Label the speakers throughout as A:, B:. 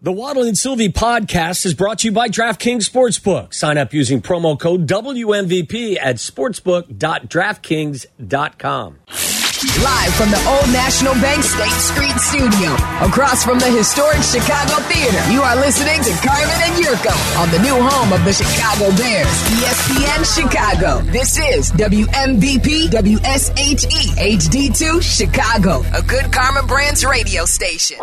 A: The Waddle and Sylvie podcast is brought to you by DraftKings Sportsbook. Sign up using promo code WMVP at sportsbook.draftkings.com.
B: Live from the Old National Bank State Street Studio, across from the historic Chicago Theater, you are listening to Carmen and Yurko on the new home of the Chicago Bears, E ESPN Chicago. This is WMVP WSHE HD2 Chicago, a good Carmen Brands radio station.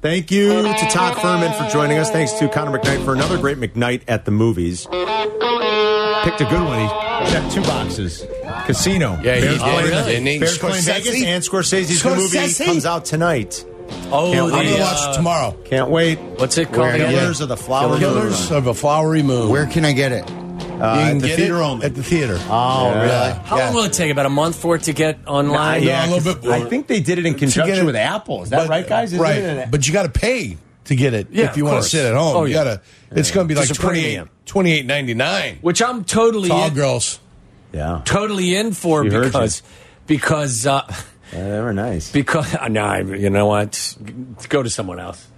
C: Thank you to Todd Furman for joining us. Thanks to Connor McKnight for another great McKnight at the movies. Picked a good one. He checked two boxes. Casino.
D: Yeah, he
C: Bears
D: did,
C: playing-
D: didn't he?
C: Bears playing
E: Scorsese?
C: Vegas and Scorsese's new movie
E: Scorsese?
C: comes out tonight.
A: Oh,
C: Can't
E: I'm
C: wait.
E: gonna
C: Yeah.
E: watch it tomorrow.
C: Can't wait.
A: what's it
C: We're
A: called?
C: Killers of the Flower
E: Killers
C: Moon.
E: of a Flowery Moon.
F: Where can I get it?
E: you
C: at
E: can
C: the
E: get
C: theater
E: it
C: only.
E: at the theater.
C: Oh,
E: yeah.
A: How long will it take? About a month for it to get
C: I,
A: online?
E: No, yeah. a little bit more.
C: I think they did it in conjunction
E: it-
C: with Apple. Is that
E: But-
C: right, guys? Isn't
E: right.
C: it an-
E: but you got to pay to get it
A: Yeah,
E: if you
A: of
E: want to
A: course.
E: sit at home.
A: Oh,
E: you
A: yeah.
E: gotta. It's going to be like
C: Just a
E: 28
C: premium.
E: 28.99.
A: Which I'm totally
E: Tall
A: in,
E: girls.
C: yeah.
A: totally in for
C: She heard you.
A: because because uh,
C: Yeah, they were nice.
A: because uh, no, I- you know what? Go to someone else.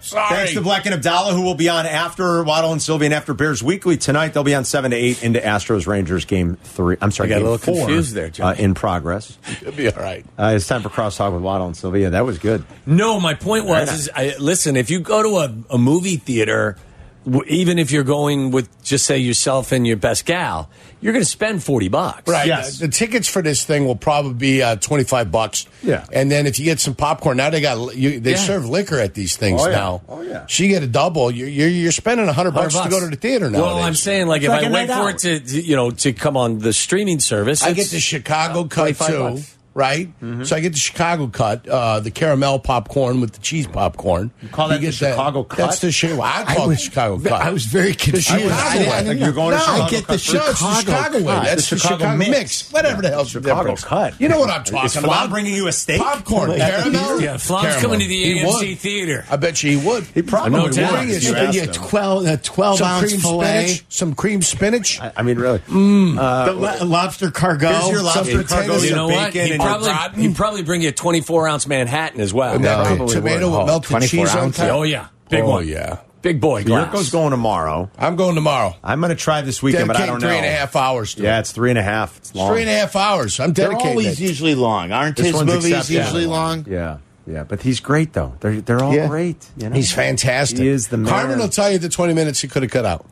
E: Sorry.
C: Thanks to Black and Abdallah, who will be on after Waddle and Sylvie and after Bears Weekly tonight. They'll be on seven to eight into Astros Rangers game three. I'm sorry,
E: I got a
C: game
E: little
C: four,
E: confused there, John.
C: uh, in progress.
E: It'll be all right.
C: Uh, it's time for crosstalk with Waddle and Sylvia. That was good.
A: No, my point was is I, listen, if you go to a, a movie theater, w- even if you're going with just say yourself and your best gal, you're going to spend 40 bucks.
E: Right.
C: Yes.
E: The tickets for this thing will probably be uh, 25 bucks.
C: Yeah.
E: And then if you get some popcorn, now they got li- you, they
A: Yeah.
E: serve liquor at these things
C: Oh, yeah.
E: now.
C: Oh, yeah.
E: So you get a double. You're, you're, you're spending 100,
A: 100
E: bucks to go to the theater now.
A: Well, I'm saying like if
C: like
A: I
C: a
A: wait
C: night
A: for it
C: out.
A: to to, you know to come on the streaming service,
E: I
A: it's-
E: get the Chicago cut
A: 25
E: too,
A: bucks.
E: right? So I get the Chicago cut, uh, the caramel popcorn with the cheese popcorn. You
C: call that the
E: get
C: Chicago cut?
E: That's the Chicago. I call it the Chicago cut.
F: I was very
E: Because you-
F: confused.
E: I- I- I-
C: Like you're going to
E: no,
C: Chicago
E: I get the
C: cut
E: Chicago,
C: first.
E: Chicago way.
C: Cut.
E: That's the Chicago, mix. Whatever the hell's the
C: Chicago
E: difference.
C: cut.
E: You know what I'm
C: Is
E: talking
C: Flan
E: about?
C: bringing you a steak?
E: popcorn, caramel.
A: Yeah, Flan's coming to the
E: He
A: AMC
E: would.
A: theater.
E: I bet you he would.
C: He probably
A: No
C: would.
A: doubt.
C: if
E: It's
C: you
E: been
C: asked
E: your
C: him.
F: Twelve, a twelve
E: Some
F: ounce
E: cream
F: fillet,
E: spinach. Some cream spinach.
C: I I mean, really.
E: Mm.
F: the lo- lobster cargo.
C: Here's your lobster
E: something
C: cargo,
E: tender.
C: your
A: You know what?
C: bacon,
A: He
C: and your
A: probably
C: rotten-
A: he probably bring you a 24 ounce Manhattan as well.
E: And
F: No,
E: that
F: he
E: big
F: probably
E: tomato
F: would.
E: with
F: Oh,
E: melted
F: 24
E: cheese on
F: ounces.
E: top.
A: Oh yeah, big
E: Oh,
A: one.
E: yeah.
A: big boy. Glass.
C: Yurko's going tomorrow.
E: I'm going tomorrow.
C: I'm going to try this weekend, but I
E: Dedicate
C: don't know.
E: three and a half hours to
C: Yeah,
E: it.
C: it's three and a half. It's long.
E: Three and a half hours. I'm
F: They're
E: dedicated.
F: always usually long, aren't
C: This
F: his
C: one's
F: movies
C: exceptionally
F: usually long?
C: Yeah, yeah. But he's great, though. They're, they're all
F: Yeah.
C: great. You know?
E: He's fantastic.
C: He is the man.
E: Carmen will tell you the 20 minutes he could have cut out.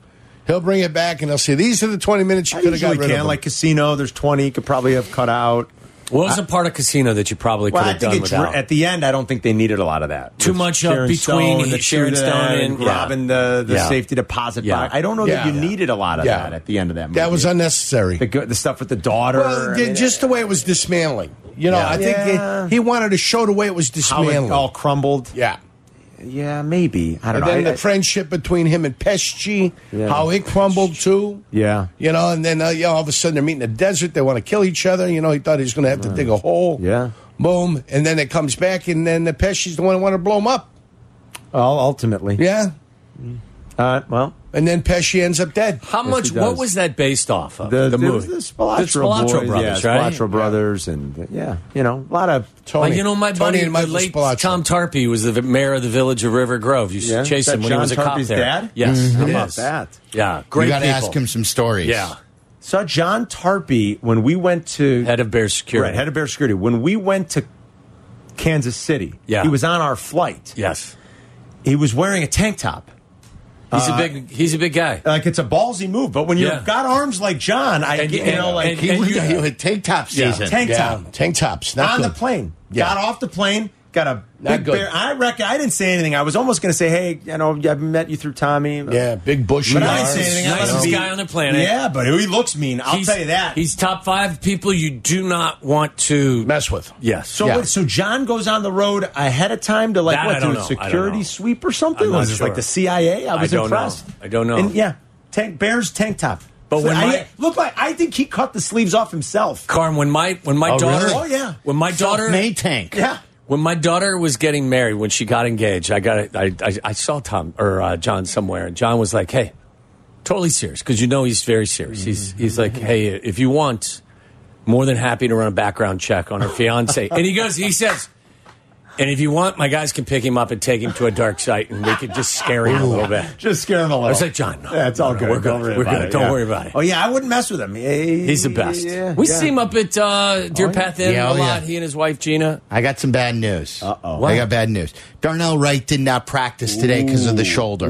E: He'll bring it back and he'll say, these are the 20 minutes you
C: I
E: could have got
C: usually
E: rid
C: can.
E: of.
C: Like Casino, there's 20. You could probably have cut out.
A: What was the part of Casino that you probably could
C: Well, I
A: have
C: think
A: done
C: it's,
A: without?
C: at the end, I don't think they needed a lot of that.
A: Too
C: With
A: much of between
C: uh, Stone, the
A: Sharon
C: shooter
A: Stone and- yeah.
C: robbing the, the
A: Yeah.
C: safety deposit
A: Yeah.
C: box. I don't know
E: Yeah.
C: that you
E: Yeah.
C: needed a lot of
E: Yeah.
C: that at the end of that movie.
E: that was unnecessary.
C: the, go- the stuff with the daughter.
E: Well,
C: I
E: the-
C: mean,
E: just the way it was dismantling. You know,
C: Yeah.
E: I think
C: Yeah.
E: he, he wanted to show the way it was
C: how it
E: dismantling.
C: all crumbled.
E: yeah.
C: Yeah, maybe. I don't
E: And
C: know.
E: then
C: I-
E: the
C: I-
E: friendship between him and Pesci,
C: Yeah.
E: how it crumbled too.
C: Yeah.
E: You know, and then uh, you know, all of a sudden they're meeting in the desert. They want to kill each other. You know, he thought he was going to have to dig a hole.
C: Yeah.
E: Boom. And then it comes back, and then the Pesci's the one who wanted to blow him up.
C: well, ultimately.
E: Yeah.
C: Uh, well,
E: And then Pesci ends up dead.
A: How
C: Yes,
A: much?
C: he
A: What
C: does.
A: was that based off of?
C: the,
A: the
C: there
A: movie.
C: was The Spalatro,
A: Spalatro
C: Boys,
A: brothers,
C: yeah,
A: right?
C: Spalatro Brothers, and yeah, you know, a lot of
E: Tony.
A: Well, you know, my
E: Tony
A: buddy,
E: and
A: the
E: Michael
A: late
E: Spilaccio.
A: Tom Tarpey, was the v- mayor of the village of River Grove. Used
C: Yeah.
A: to chase
C: Is that
A: him when
C: John
A: he was a cop
C: Tarpey's
A: there.
C: dad?
A: Yes,
C: Mhm.
A: How
C: It
A: about
C: is. that.
A: Yeah, great
F: you got to
A: people.
F: ask him some stories.
A: Yeah,
C: saw John Tarpey when we went to
A: head of Bear Security.
C: right, head of Bear Security when we went to Kansas City.
A: Yeah.
C: he was on our flight.
A: yes,
C: He was wearing a tank top.
A: he's
C: Uh,
A: a big he's a big guy.
C: Like it's a ballsy move, but when
A: Yeah.
C: you've got arms like John, I
A: And-
C: get, you
A: and-
C: know like
A: and-
F: He would,
A: you-
F: he would take top
A: Yeah.
F: season.
C: tank
E: yeah.
C: top
E: Tank tops. Not
C: on
E: good.
C: the plane.
E: Yeah.
C: Got off the plane. Got a
E: Not
C: big
E: good.
C: bear. I reckon I didn't say anything. I was almost going to say, "Hey, you know, I met you through Tommy."
E: Yeah, big bushy
C: But I didn't
E: arms.
C: say anything. I
A: Nicest
C: must be-
A: guy on the planet.
C: Yeah, but he looks mean. I'll
A: He's-
C: tell you that.
A: He's top five people you do not want to.
E: Mess with.
A: yes,
C: so.
E: yeah.
C: Wait, so John goes on the road ahead of time to like
A: That I
C: what?
A: don't
C: Do
A: know.
C: a
A: I don't know.
C: security sweep or something?
A: I'm not
C: Was it like
A: sure.
C: the CIA? I
A: I
C: was
A: don't know.
C: impressed.
A: I don't know.
C: And yeah, tank Bears tank top.
A: But when
C: I,
A: my-
C: look like I think he cut the sleeves off himself.
A: Carm, when my when my
F: Oh,
A: daughter,
F: really?
C: Oh, yeah.
A: when my daughter
F: May tank.
C: Yeah.
A: When my daughter was getting married, when she got engaged, I got a- I, I, I saw Tom or uh, John somewhere, and John was like, "Hey,
C: Mm-hmm.
A: totally serious," because you know he's very serious. He's he's like, "Hey, if you want, more than happy to run a background check on her fiance. and he goes, he says, and if you want, my guys can pick him up and take him to a dark site, and we could just scare him a little bit.
C: Just scare him a little.
A: I was like, John, no,
C: yeah, it's
A: no,
C: all
A: no,
C: good.
A: we're good.
C: Don't worry
A: We're
C: about
A: good.
C: it.
A: Don't
C: Yeah.
A: worry about it.
C: Oh yeah, I wouldn't mess with him.
A: He's the best. we see him up at uh, Deer Path Inn
F: Yeah,
A: a
F: oh,
A: lot.
F: yeah.
A: He and his wife Gina.
F: I got some bad news. Uh
C: Uh-oh.
F: I got bad news. Darnell Wright did not practice today because of the shoulder.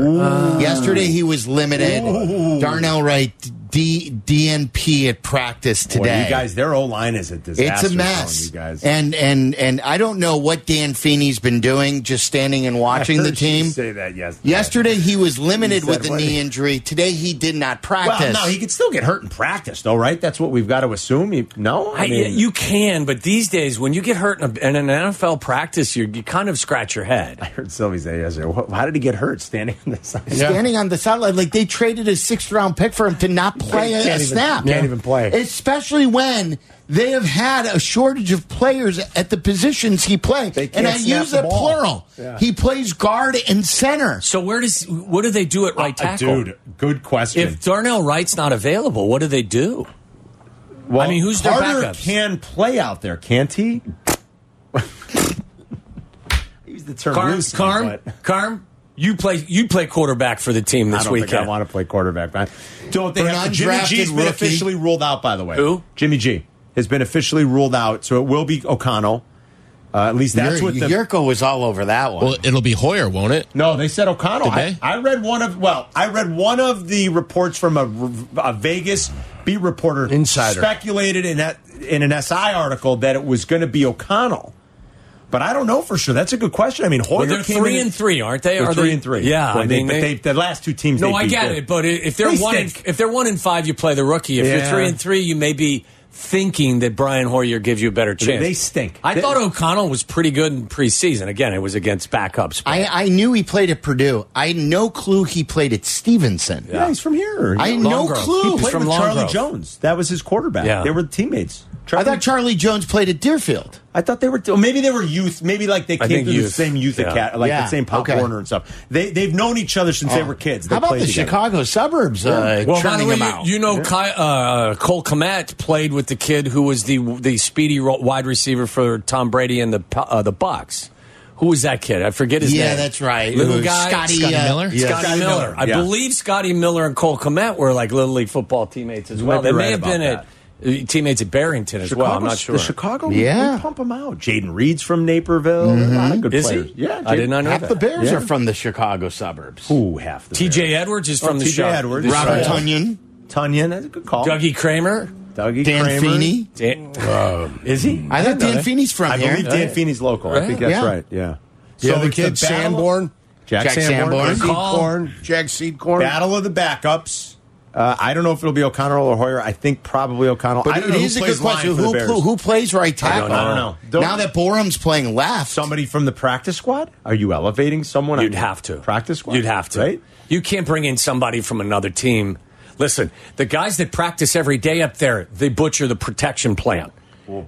F: Yesterday he was limited. Darnell Wright D- DNP at practice
C: Boy,
F: today.
C: you guys, their O line is a disaster.
F: it's a
C: zone,
F: mess.
C: You guys,
F: And and and I don't know what Dan Feeney's been doing, just standing and
C: I
F: watching the
C: heard you
F: team.
C: say that yes.
F: Yesterday he was limited
C: He
F: with
C: said
F: the
C: what?
F: knee injury. Today he did not
C: Well,
F: practice.
C: no, he could still get hurt in practice, though, right? That's what we've got to assume. You, no,
A: I, you can, but these days when you get hurt in, a, in an NFL practice, you, you kind of scratch your head.
C: heard Sylvie say yesterday. "Wha- How did he get hurt standing on the side?
F: standing on the sideline. Like they traded a sixth round pick for him to not play a,
C: Can't
F: a
C: even-
F: snap.
C: can't even play.
F: Especially when they have had a shortage of players at the positions he plays.
C: They
F: And
C: can't
F: I
C: snap
F: use
C: the
F: that
C: ball.
F: plural.
C: Yeah.
F: He plays guard and center.
A: So where does what do they do at right
C: Uh,
A: tackle?
C: dude, good question.
A: If Darnell Wright's not available, what do they do?
C: well,
A: I mean, who's their
C: Carter
A: backups?
C: can play out there, can't he? I Use the term
A: Carm,
C: loosely,
A: Carm,
C: but-
A: Carm, you play you play quarterback for the team
C: I
A: this
C: don't think I
A: weekend.
C: want to play quarterback, man. Don't they
F: For an
C: have Jimmy
F: undrafted
C: G's been
F: rookie.
C: officially ruled out, by the way.
A: Who?
C: Jimmy G has been officially ruled out, so it will be O'Connell. Uh, at least that's
F: Yur-
C: what the
F: Yurko was all over that one.
D: Well, it'll be Hoyer, won't it?
C: No, they said O'Connell.
D: Did
C: I,
D: they?
C: I read one of well, I read one of the reports from a, a Vegas beat reporter
E: Insider.
C: speculated in that in an SI article that it was going to be O'Connell, but I don't know for sure. That's a good question. I mean, Hoyer
A: Well, they're
C: came
A: three
C: in-
A: and three, aren't they?
C: They're
A: Are
C: three
A: they-
C: and three.
A: Yeah,
C: Boy,
A: I
C: they-
A: mean,
C: but
A: they-
C: they, the last two teams.
A: No,
C: they
A: I
C: beat,
A: get
C: they-
A: it, but if they're
C: They
A: one, and,
C: stink.
A: if they're one and five, you play the rookie. If you're
C: Yeah.
A: three and three, you may be thinking that Brian Hoyer gives you a better chance.
C: they stink.
A: I
C: They-
A: thought O'Connell was pretty good in preseason. Again, it was against backups.
F: I, I knew he played at Purdue. I had no clue he played at Stevenson.
C: yeah, he's from here.
F: I had
C: He
F: no
A: Longrove.
F: clue.
A: He
C: played
A: from
C: with Charlie
A: Longrove.
C: Jones. That was his quarterback.
A: Yeah.
C: They were teammates.
F: I thought Charlie Jones played at Deerfield.
C: I thought they were, or maybe they were youth. Maybe like they
A: I
C: came
A: think
C: through the
A: youth.
C: same youth
A: Yeah.
C: academy, like
F: Yeah,
C: the same Pop
F: okay.
C: Warner and stuff. They they've known each other since they were kids. They
F: How about
C: played
F: the
C: together.
F: Chicago suburbs uh,
A: Well, by the
F: churning
A: way,
F: him
A: you,
F: out?
A: you know Ky, uh, Cole Komet played with the kid who was the the speedy ro- wide receiver for Tom Brady and the P- uh, the Bucks. Who was that kid? I forget his
F: yeah,
A: name.
F: that's right.
A: Little
F: It was
A: guy,
F: Scotty,
D: Scotty
F: uh,
D: Miller?
F: yeah.
A: Scotty
C: Scotty
A: Miller.
C: Miller,
A: I
C: yeah.
A: believe Scotty Miller and Cole Komet were like little league football teammates as
C: You
A: well.
C: might be
A: They
C: right
A: may have
C: about
A: been at uh, teammates at Barrington as well. I'm not sure.
C: The Chicago,
F: Yeah.
C: yeah, pump them out. Jaden Reed's from Naperville. A lot of good
A: Is
C: players.
A: he?
C: Yeah,
A: I did not know
F: Half
A: that.
F: the Bears
C: Yeah.
F: are from the Chicago suburbs.
C: Ooh, half the
A: T.J. Edwards is from the
C: T.J.
A: show.
C: Edwards.
A: The
F: Robert
A: show.
F: Tunyon,
C: Tunyon. That's a good call.
A: Dougie Kramer.
C: Dougie
F: Dan
C: Kramer.
F: Feeney. Mm.
A: Dan-
C: Is he?
F: I think Dan Feeney's from
C: I
F: here.
C: believe Dan Feeney's local. I think that's
F: Yeah.
C: right. Yeah.
E: The other
C: it's
E: kid,
C: battle-
E: Sanborn,
C: Jack,
F: Jack
C: Sanborn.
F: Sanborn.
A: Good call.
E: Corn, Jack Seed Corn.
C: Battle of the backups. Uh, I don't know if it'll be O'Connell or Hoyer. I think probably O'Connell. I
F: But
C: don't
F: it
C: know who
F: is a
C: plays
F: good question.
C: line for the
F: Who,
C: Bears.
F: who, who plays right tackle?
A: know. I don't
C: know. Don't-
F: now that Borum's playing left,
C: Somebody from the practice squad? Are you elevating someone? on
A: You'd
C: your
A: have to.
C: Practice squad?
A: You'd have to.
C: Right?
A: You can't bring in somebody from another team. Listen, the guys that practice every day up there, they butcher the protection plan.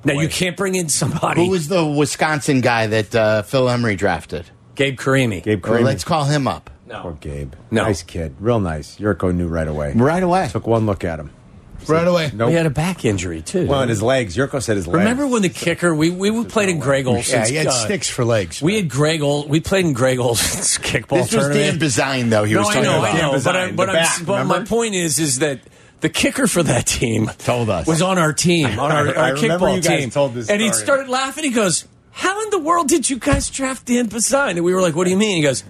A: now you can't bring in somebody.
F: who was the Wisconsin guy that uh, Phil Emery drafted?
A: Gabe Karimi?
C: Gabe
F: Well,
C: Kramer.
F: let's call him up.
A: no.
C: Poor Gabe.
A: No.
C: Nice kid. Real nice. Yurko knew right away.
F: Right away.
C: Took one look at him.
E: Right away.
C: Nope.
A: He had a back injury too.
C: Well, and his legs. Yurko said his legs.
A: Remember when the kicker? We we, played in Greg
E: Yeah,
A: Olson's.
E: he had
A: uh,
E: sticks for legs.
A: We had Greg Ol. We played in Greg Olson's kickball
F: This was Dan
A: tournament.
F: Bazine, though. He
A: no,
F: was
A: I
F: talking
A: know,
F: about.
A: I know,
C: Dan
A: but I, but,
C: Bazine, the
A: I'm,
C: back,
A: but my
C: remember?
A: point is, is that. The kicker for that team
F: Told us.
A: was on our team, on our,
C: I-
A: our
C: I remember
A: kickball
C: you guys
A: team,
C: told this
A: and he
C: story.
A: started laughing. He goes, "How in the world did you guys draft Dan Bazine?" And we were like, "What do you mean?" He goes,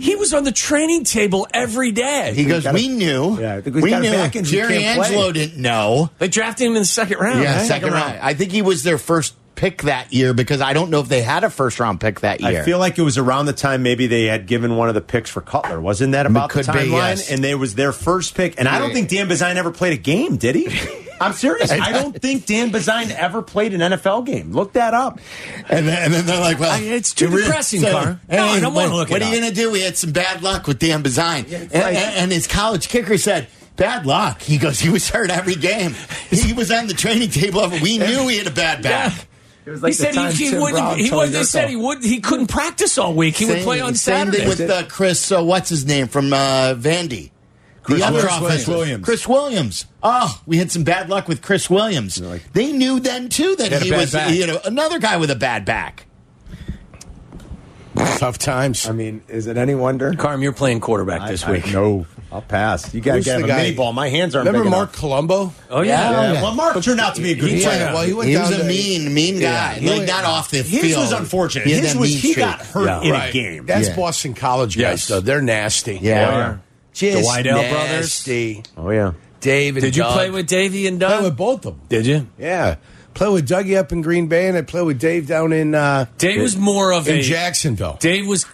A: "He was on the training table every day.
F: He goes,
C: got a-
F: we knew.
C: Yeah, I think he's
F: we
C: got a
F: knew.
C: back injury,
F: Jerry
C: can't play."
F: Angelo didn't know.
A: they drafted him in the second round.
F: yeah,
A: right?
F: second round. I think he was their first pick that year because I don't know if they had a first round pick that year.
C: I feel like it was around the time maybe they had given one of the picks for Cutler. Wasn't that about the
F: could be,
C: timeline?
F: yes.
C: And they was their first pick. And I don't think Dan Bazine ever played a game, did he? I'm serious. I don't think Dan Bazine ever played an NFL game. Look that up.
F: and, then, and then they're like, well,
A: I- it's too
F: it really-
A: depressing, Carr. No, I don't
F: what-
A: wanna look it
F: What are you
A: up.
F: going to do? We had some bad luck with Dan Bazine. and,
C: like-
F: and- and his college kicker said, bad luck. He goes, he was hurt every game. He was on the training table. We knew he had a bad back.
C: It was like
A: he
C: the
A: said
C: time
A: he, he
C: Tim
A: wouldn't.
C: Brown
A: he
C: told
A: was. They
C: Yurko.
A: said he would. He couldn't practice all week. He would play on
F: same
A: Saturday.
F: thing with uh, Chris. Uh, what's his name from uh, Vandy?
C: Chris
F: the other
C: Williams.
F: offense-
C: Chris Williams.
F: Chris Williams. Oh, we had some bad luck with Chris Williams. they knew then too that
C: had a
F: he
C: bad
F: was
C: back.
F: he had a- another guy with a bad back.
E: Tough times.
C: I mean, is it any wonder?
A: Carm, you're playing quarterback
C: I-
A: this
C: I-
A: week.
C: no, I'll pass. You got to
E: Who's
C: get
E: the
C: a
E: guy-
C: mini ball. My hands aren't
E: Remember
C: big
E: Mark
C: enough.
E: Colombo?
A: Oh yeah.
C: Yeah, Well, Mark turned out to be a good
A: He-
C: player.
E: Yeah, well, he went
F: He
E: down
F: was a
E: to-
F: mean, mean guy.
E: Yeah.
F: like not off the
C: His
F: field.
C: was unfortunate.
F: He had
C: His
F: that
C: was
F: mean
C: he
F: streak.
C: got hurt
A: Yeah.
C: in
A: Right.
C: a game.
E: That's
F: Yeah.
E: Boston College guys,
A: Yes.
E: though. They're nasty.
F: Yeah.
E: Just
A: The Wydell brothers?
E: nasty.
C: Oh yeah.
E: Dave and
A: Did you
E: Doug.
A: play with Davey and
E: Play
A: Doug?
E: with both of them.
A: Did you?
E: Yeah. Play with Dougie up in Green Bay, and I play with Dave down in uh,
A: Dave was more of
E: in
A: a
E: Jacksonville.
A: Dave was.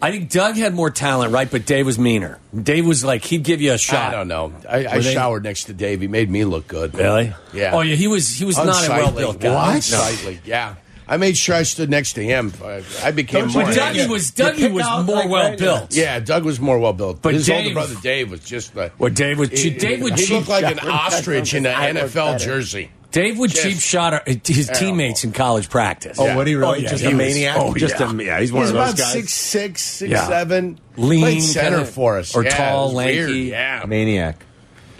A: I think Doug had more talent, right? But Dave was meaner. Dave was like he'd give you a shot.
E: I don't know. I, I
A: Were they-
E: showered next to Dave. He made me look good.
A: Really?
E: Yeah.
A: Oh yeah. He was. He was not a well built guy.
E: Unsightly. Yeah. I made sure I stood next to him. I, I became
C: Don't
E: more.
A: But Dougie
C: Right. Yeah.
A: was
C: You
A: Dougie
C: pick
A: was
C: out,
A: more
C: like,
A: well
C: right,
A: built.
E: yeah, Doug was more well built.
A: But
E: his
A: Dave-
E: older brother Dave was just like
A: Well, Dave would. cheap Dave would.
E: he
A: cheap,
E: looked like an ostrich in an NFL jersey.
A: Dave would
E: Just
A: cheap shot our- his teammates in college practice.
C: Oh,
E: Yeah.
C: what he really?
A: Oh, yeah,
C: just
A: he
C: a
A: was-
C: maniac.
A: oh,
C: just
A: yeah.
C: a yeah. He's one
E: He's
C: of those
E: about
C: guys.
E: six six, six
A: Yeah.
E: seven.
A: Lean,
E: Played center
A: kinda-
E: for us,
A: or
E: Yeah,
A: tall,
E: it was weird.
A: lanky.
E: Yeah,
C: maniac.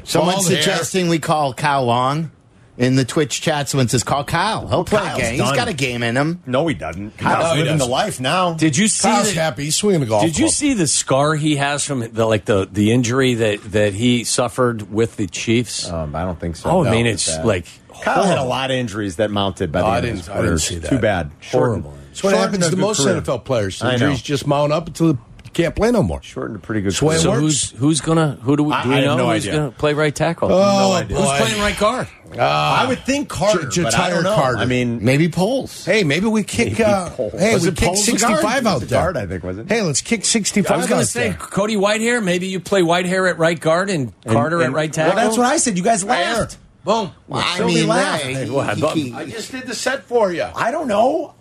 F: Someone's
E: Bald hair.
F: suggesting we call Kyle Long in the Twitch chat. Someone says, call Kyle. He'll play
C: Kyle's
F: a game.
C: done.
F: He's got a game in him.
C: No, he doesn't.
E: No,
C: Kyle's
E: he
C: living the
E: doesn't.
C: life now.
A: Did you see?
E: Kyle's
A: the-
E: happy. He's swinging the golf.
A: Did you
E: club.
A: see the scar he has from the like the the injury that that he suffered with the Chiefs?
C: Um, I don't think so.
A: oh, I
C: No,
A: mean,
C: not
A: it's
C: that.
A: like
C: Kyle had a lot of injuries that mounted by the
E: Oh, I
C: end of
E: didn't-
C: his
E: I
C: career.
E: didn't see that.
C: Too bad. Shortened-
A: Horrible.
E: It's what
C: shortened
E: happens
C: a
E: to
C: good
E: most
C: career.
E: NFL players.
C: I know.
E: Injuries just mount up until you can't play no more.
C: Shortened a pretty good.
E: Sway
C: career. Uh,
A: So
E: works.
A: who's who's gonna who do we,
C: I-
A: do we
C: I have
A: know
C: no
A: who's
C: idea.
A: gonna play right tackle?
E: Oh,
C: idea.
A: who's
E: boy.
A: playing right guard?
C: I would think Carter.
E: J-
C: but I
E: Ja'Tyre
C: don't know.
E: Carter.
C: I mean,
F: Maybe polls.
E: Hey, maybe we kick.
C: Maybe
E: Uh,
C: Poles.
E: hey,
C: Was
E: we
C: it
E: kick
C: Poles the
E: sixty-five
C: guard?
E: out
C: It was the
E: there.
C: guard, I think, was it?
E: Hey, let's kick sixty-five.
A: I was gonna
E: out
A: say
E: there.
A: Cody Whitehair. Maybe you play Whitehair at right guard and, Carter
C: and-
A: at right
C: Well,
A: tackle.
C: that's what I said. You guys
E: There.
C: laughed.
E: Boom.
F: I
C: So we
F: mean,
C: laugh.
F: they-
C: Hey,
E: I just did the set for you.
C: I don't know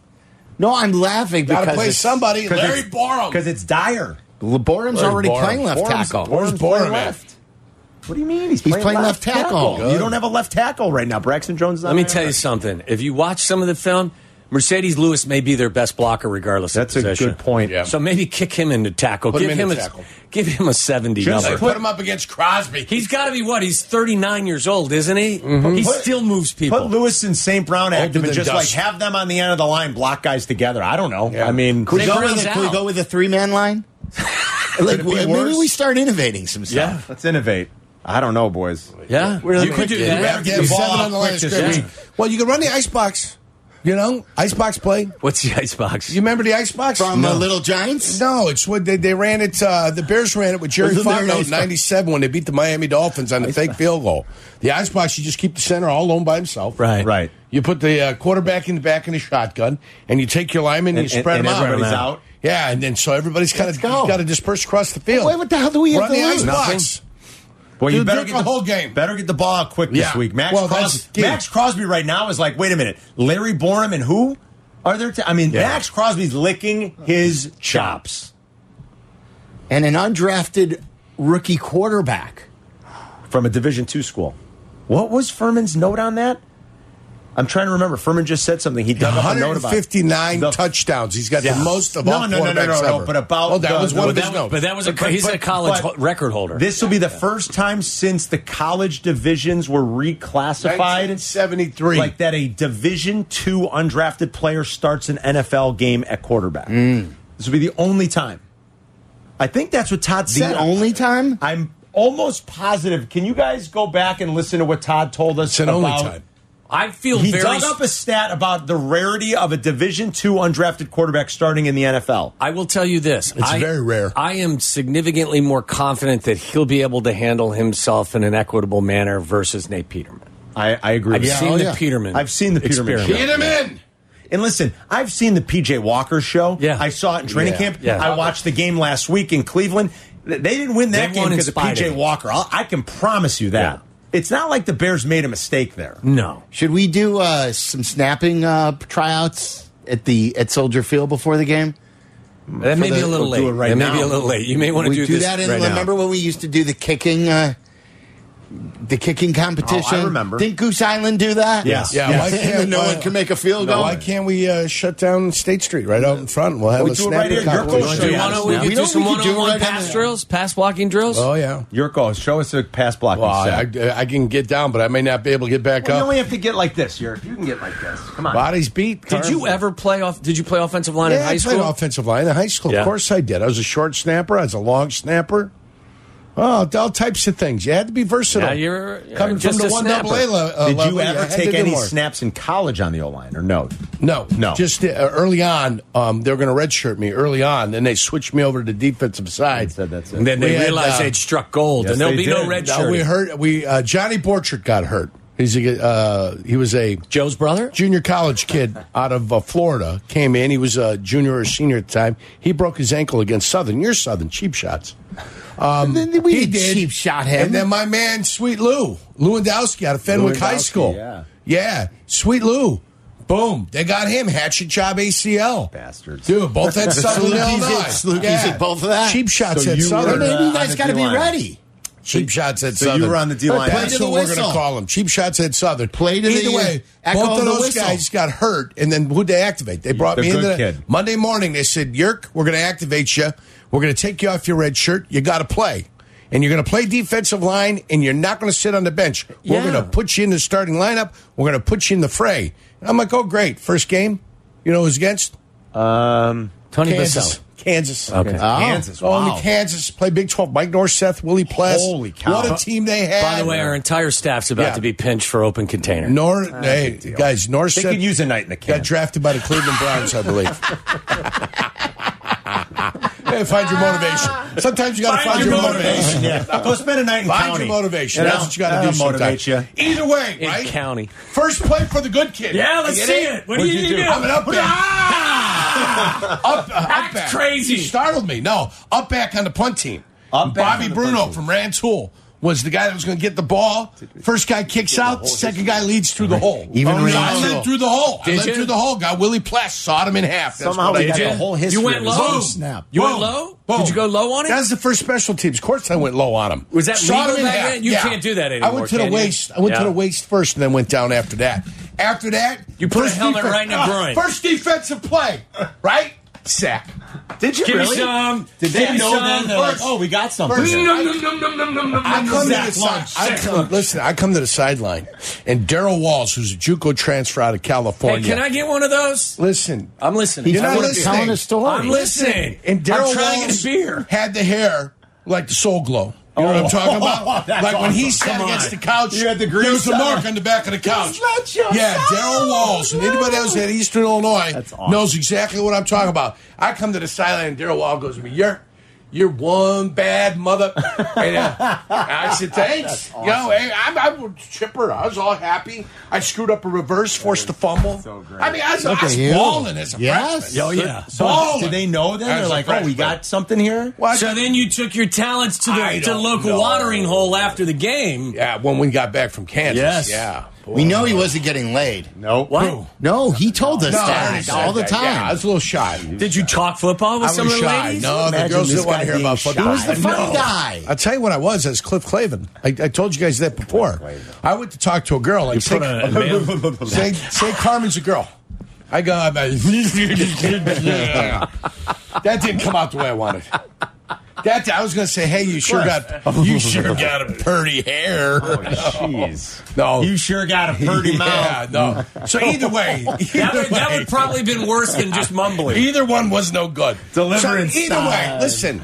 F: no, I'm laughing
E: Got to
F: because
E: play
F: it's-
E: somebody. Larry Borum.
C: because it's dire.
F: Laborum's
E: Larry
F: already
E: Borum.
F: playing left
C: Borum's-
F: tackle.
E: Borum's
C: Borum's playing
E: Borum, man.
C: left. What do you mean? He's,
F: playing left tackle.
C: You
F: Good.
C: don't have a left tackle right now. Braxton Jones. is not
A: Let me
C: there.
A: tell you something. If you watch some of the film, Mercedes Lewis may be their best blocker, regardless.
C: That's
A: of
C: a
A: possession.
C: good point.
E: Yeah.
A: So maybe kick him into tackle.
E: Put him
A: give
E: in
A: him,
E: the
A: a
E: tackle.
A: give him a seventy
E: They
A: number.
E: put him up against Crosby.
A: He's got to be what? He's thirty nine years old, isn't he? He
C: Mm-hmm. Put-
A: still moves people.
C: Put Lewis and St. Brown active
E: than
C: and just
E: dust.
C: like have them on the end of the line, block guys together. I don't know.
E: Yeah.
C: I mean,
F: Can we,
A: St.
F: go with
A: Brown's
F: a, can we
A: out.
F: go with a three man line? like,
C: it be
F: maybe
C: worse?
F: we start innovating some stuff.
C: yeah, let's innovate. I don't know, boys.
A: yeah,
F: We're
A: you could
F: quick
A: do
F: kid.
A: that.
F: You
E: Have to
C: Get
E: be
C: the ball
E: seven
C: out
E: on the line
C: quick
E: of
C: this
E: scrimmage.
A: week.
E: Well, you can run the icebox. You know, icebox play. Do
A: What's the icebox?
E: you remember the icebox?
F: From the
E: No.
F: Little Giants?
E: No, it's what they, they ran it. Uh, the Bears ran it with Jerry
F: Wasn't there an
E: Fontenot in
F: icebox?
E: '97 when they beat the Miami Dolphins on the fake field goal. The icebox, you just keep the center all alone by himself.
A: Right.
C: Right.
E: You put the uh, quarterback in the back in the shotgun, and you take your lineman and,
C: And-
E: you spread
C: and-
E: them
C: and
E: out.
C: everybody's out.
E: Yeah, and then so everybody's kind of
F: Let's go.
E: got to disperse across the field.
F: Wait, what the hell do we have
E: Run
F: to
E: the
F: lose?
E: icebox.
C: Well, you
E: Dude,
C: better
E: Duke
C: get
E: the
C: the
E: whole game.
C: Better get the ball out quick this
E: Yeah.
C: week. Max,
E: Well, that's
C: Cros-
E: key.
C: Max Crosby right now is like, wait a minute, Larry Borum and who are there? to- I mean,
E: Yeah.
C: Max Crosby's licking his chops
F: And an undrafted rookie quarterback.
C: from a Division two school. What was Furman's note on that? I'm trying to remember. Furman just said something. He dug up a note about
E: 159
C: The-
E: touchdowns. He's got
C: Yeah.
E: the most of
C: No,
E: all
C: no, no, no, no,
E: quarterbacks
C: no,
E: ever.
C: but about
E: oh, that
C: the-
E: was one
C: but
E: of his
A: that-
E: notes.
A: but that was a
C: But-
A: he's
C: but-
A: a college
C: but-
A: ho- record holder.
C: This will be the first time since the college divisions were reclassified.
E: 1973.
C: Like that, a Division two undrafted player starts an NFL game at quarterback.
E: Hmm.
C: This will be the only time. I think that's what Todd
F: The
C: said.
F: only time?
C: I'm almost positive. Can you guys go back and listen to what Todd told us
E: It's an
C: about?
E: only time.
A: I feel
C: He
A: very.
C: dug up a stat about the rarity of a Division two undrafted quarterback starting in the NFL.
A: I will tell you this.
E: It's
A: I-
E: very rare.
A: I am significantly more confident that he'll be able to handle himself in an equitable manner versus Nate Peterman.
C: I, I agree.
A: I've
C: with you.
A: seen
E: oh,
A: the
E: yeah.
A: Peterman.
C: I've seen the Peterman
A: experiment.
E: Get him in.
C: And listen, I've seen the PJ Walker show.
A: Yeah.
C: I saw it in training
E: Yeah.
C: camp.
A: Yeah.
C: I watched the game last week in Cleveland. Th- They didn't win that
A: They
C: game
A: won in
C: because of
A: spite
C: PJ
A: of it.
C: Walker. I'll, I can promise you that.
A: Yeah.
C: It's not like the Bears made a mistake there.
A: No.
F: Should we do uh, some snapping uh, tryouts at the at Soldier Field before the game?
A: That may
F: the-
A: be a little
C: we'll do
A: late.
C: it right
A: that may
C: now.
A: be a little late. You may want to
F: we
A: do,
F: do,
A: this
F: that. In,
A: right now.
F: remember when we used to do the kicking? Uh, the kicking competition.
C: Oh, I remember.
F: Didn't Goose Island do that?
C: Yes.
E: Yeah, why can't-
F: no
E: why-
F: one can make a field goal.
E: Why can't we uh, shut down State Street right out in front? We'll have
C: We
E: a
C: do it
E: snapper
C: right here. Your
E: competition.
C: coach
A: Do you
C: Yeah,
A: want to?
C: yeah.
A: We could
F: We
A: do
F: know
A: some
F: we could do it
A: one-on-one
F: right on
A: pass
F: the-
A: drills, pass walking drills.
E: Oh yeah.
C: Yurko, show us a pass block.
E: Well,
C: you
E: I,
C: said.
E: I- I can get down, but I may not be able to get back
C: Well, you
E: up.
C: only have to get like this, Yurk. You can get like this. Come on.
E: Body's beat.
A: Did
E: Carm.
A: you ever play off? Did you play offensive line
E: Yeah,
A: in high
E: I
A: school?
E: played offensive line in high school.
A: Yeah.
E: Of course I did. I was a short snapper. I was a long snapper. Oh, all types of things. You had to be versatile.
A: Now you're- you're
E: coming
A: just
E: from
A: a
E: the one
A: snapper.
E: double A le- uh,
C: Did
E: level,
C: you ever
E: had to
C: take
E: do
C: any
E: more.
C: snaps in college on the O line or no?
E: No,
C: No.
E: Just uh, early on, um, they were going to redshirt me early on. Then they switched me over to defensive side.
C: They said that's it.
A: And then
E: We
A: they
E: had,
A: realized
E: uh,
A: they'd struck gold,
C: Yes,
A: and there'll
C: they
A: be no
C: did.
A: red
E: Now,
A: shirt.
E: we heard we uh, Johnny Borchert got hurt. He's a, uh, he was a
A: Joe's brother.
E: junior college kid out of uh, Florida came in. He was a junior or senior at the time. He broke his ankle against Southern. You're Southern cheap shots. Um,
F: And then we didn't cheap shot him.
E: And then my man, Sweet Lou Lewandowski out of Fenwick High
C: Lewandowski,
E: School.
C: yeah.
E: yeah, Sweet Lou. Boom! They got him. Hatchet job ACL.
C: Bastards.
E: Dude, both had Southern
F: Salukis
E: Illinois.
F: at- Salukis at both of that?
E: Cheap shots
C: So
E: at
C: you
E: Southern.
C: were, uh,
F: Maybe you
C: on
F: guys
C: the
F: got to be
C: D-line.
F: ready.
E: Cheap shots at
C: So you
E: Southern.
C: were on the D line.
F: Play
E: That's
F: to the
E: what we're going
F: whistle.
E: to call them. Cheap shots at Southern.
F: Play to
E: Either
F: the-
E: way,
F: echo
E: both
F: of
E: of
F: the
E: those
F: whistle.
E: guys got hurt, and then who'd they activate? They brought
C: The
E: me in
C: good
E: the
C: kid.
E: Monday morning. They said, "Yerk, we're going to activate you. We're going to take you off your red shirt. You got to play." And you're going to play defensive line, and you're not going to sit on the bench. We're
A: Yeah.
E: going to put you in the starting lineup. We're going to put you in the fray. And I'm like, oh, great. First game, you know who's against?
A: Tony
E: Kansas.
A: Bissell.
E: Kansas.
A: Okay.
F: Oh.
C: Kansas.
E: Going
C: Wow.
E: to Kansas, play Big 12. Mike Norseth, Willie Pless.
C: Holy cow.
E: What a team they had.
A: By the way, our entire staff's about
E: Yeah.
A: to be pinched for open container.
E: Nor, hey, guys,
C: Ah, They
E: Norseth
C: could use a night in the
E: got
C: can.
E: drafted by the Cleveland Browns, I believe. hey, find your motivation. Sometimes you got to find, your, motivation.
C: yeah. Go spend a night in
E: Find
C: county.
E: your motivation.
C: You know?
E: That's what you got to
C: That'll
E: do
C: motivate
E: sometimes.
C: you.
E: Either way,
A: In
E: right?
A: county.
E: First play for the good kid.
A: Yeah, let's
E: You
A: see it. What do
C: What'd
A: you,
C: you
A: do? Ah!
C: do?
E: I'm an up back. up, uh, up
A: That's
E: back.
A: crazy.
E: You startled me. No, up back on the punt team.
C: Up back
E: Bobby
C: on the punt
E: Bruno
C: team.
E: from Rantoul was the guy that was going to get the ball. First guy kicks out. second guy leads through the hole.
F: Even
E: So I
F: Rantoul.
E: led through the hole. I
A: Did
E: led
A: you?
E: through the hole. Got Willie Pless. Sawed him in half. That's
C: Somehow
E: what I
C: we got
E: did.
C: the whole history.
A: You went
C: of his
A: low.
C: own Snap.
A: You went
E: Boom.
A: low?
E: Boom.
A: Did you go low on it?
E: That's the first special teams. Of course, I went low on him.
A: Was that
E: Sawed
A: legal
E: him in
A: back
E: half.
A: then? You can't do that
E: I
A: anymore,
E: went to the
A: can you?
E: waist. I went
A: Yeah.
E: to the waist first, and then went down after that. After that,
A: You put a
E: first
A: helmet right in the
E: Ah,
A: groin.
E: First defensive play, right? Sack.
C: Did you
A: Give me
C: really?
A: some.
C: Did
A: Give
C: they
A: me
C: know
A: some.
C: then? They're like,
E: First.
C: oh, we got something.
E: First.
C: here.
E: I come to
C: Zach
E: the
C: Lunch.
E: side. I
C: Zach
E: come, listen, I come to the sideline, and Daryl Walls, who's a JUCO transfer out of
A: Hey,
E: California.
A: can I get one of those?
E: listen?
A: I'm listening.
E: You're not
F: We're
E: listening.
F: telling a story.
A: I'm listening.
E: And Daryl
A: I'm trying to
E: Walls
A: get a beer.
E: had the hair like the Soul Glow. You know what I'm talking about?
C: Oh, That's
E: like when he
C: awesome.
E: sat
C: Come
E: against
C: on.
E: the couch,
C: You had the grease
E: there was a
C: on
E: mark
C: it.
E: on the back of the couch.
C: not your
E: Yeah,
C: soul,
E: Daryl Walls and anybody else at Eastern Illinois
C: That's awesome.
E: knows exactly what I'm talking about. I come to the sideline, and Daryl Walls goes to me, "You're." You're one bad mother. And, uh, I said, thanks. You know, hey, I'm, I'm a chipper. I was all happy. I screwed up a reverse, forced a fumble.
C: so great.
E: I mean, I was, I
F: Look
E: was
F: at you.
E: balling as a
F: Yes.
E: freshman.
A: Oh, yeah.
C: So
E: Ballin'.
C: did they know then?
E: As
C: They're
E: a
C: like, oh, we
E: freshman.
C: got something here.
E: What?
A: So then you took your talents to
E: I
A: the to
E: don't
A: local
E: know.
A: watering hole after the game.
E: Yeah, when we got back from Kansas.
A: Yes.
E: Yeah.
F: We know he wasn't getting laid.
C: No.
A: What?
F: No, he told us
E: No, I already
F: that
E: said
F: all the
E: that.
F: time.
E: Yeah, I was a little shy.
A: Did you talk football with
E: I
A: some
E: was
A: of the
E: shy.
A: ladies?
E: No, the
C: Imagine
E: girls
C: this
E: didn't want
C: guy
E: to hear
C: being
E: about
C: shy.
E: football.
F: Who's the funny guy?
E: I'll tell you what I was. I was Cliff Clavin. I, I told you guys that before. I went to talk to a girl. Like, say,
A: put a man-
E: say, say Carmen's a girl. I go, I'm a- that didn't come out the way I wanted. That I was going to say, hey, you sure got you sure got a pretty hair.
C: Oh. Jeez.
E: No.
C: You sure got a pretty
E: yeah,
C: mouth.
E: no. So either way, either
A: That would, that
E: way-
A: would probably have been worse than just mumbling.
E: Either one was no good.
C: Deliverance
E: So either
C: time.
E: way, listen,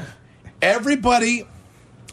E: everybody,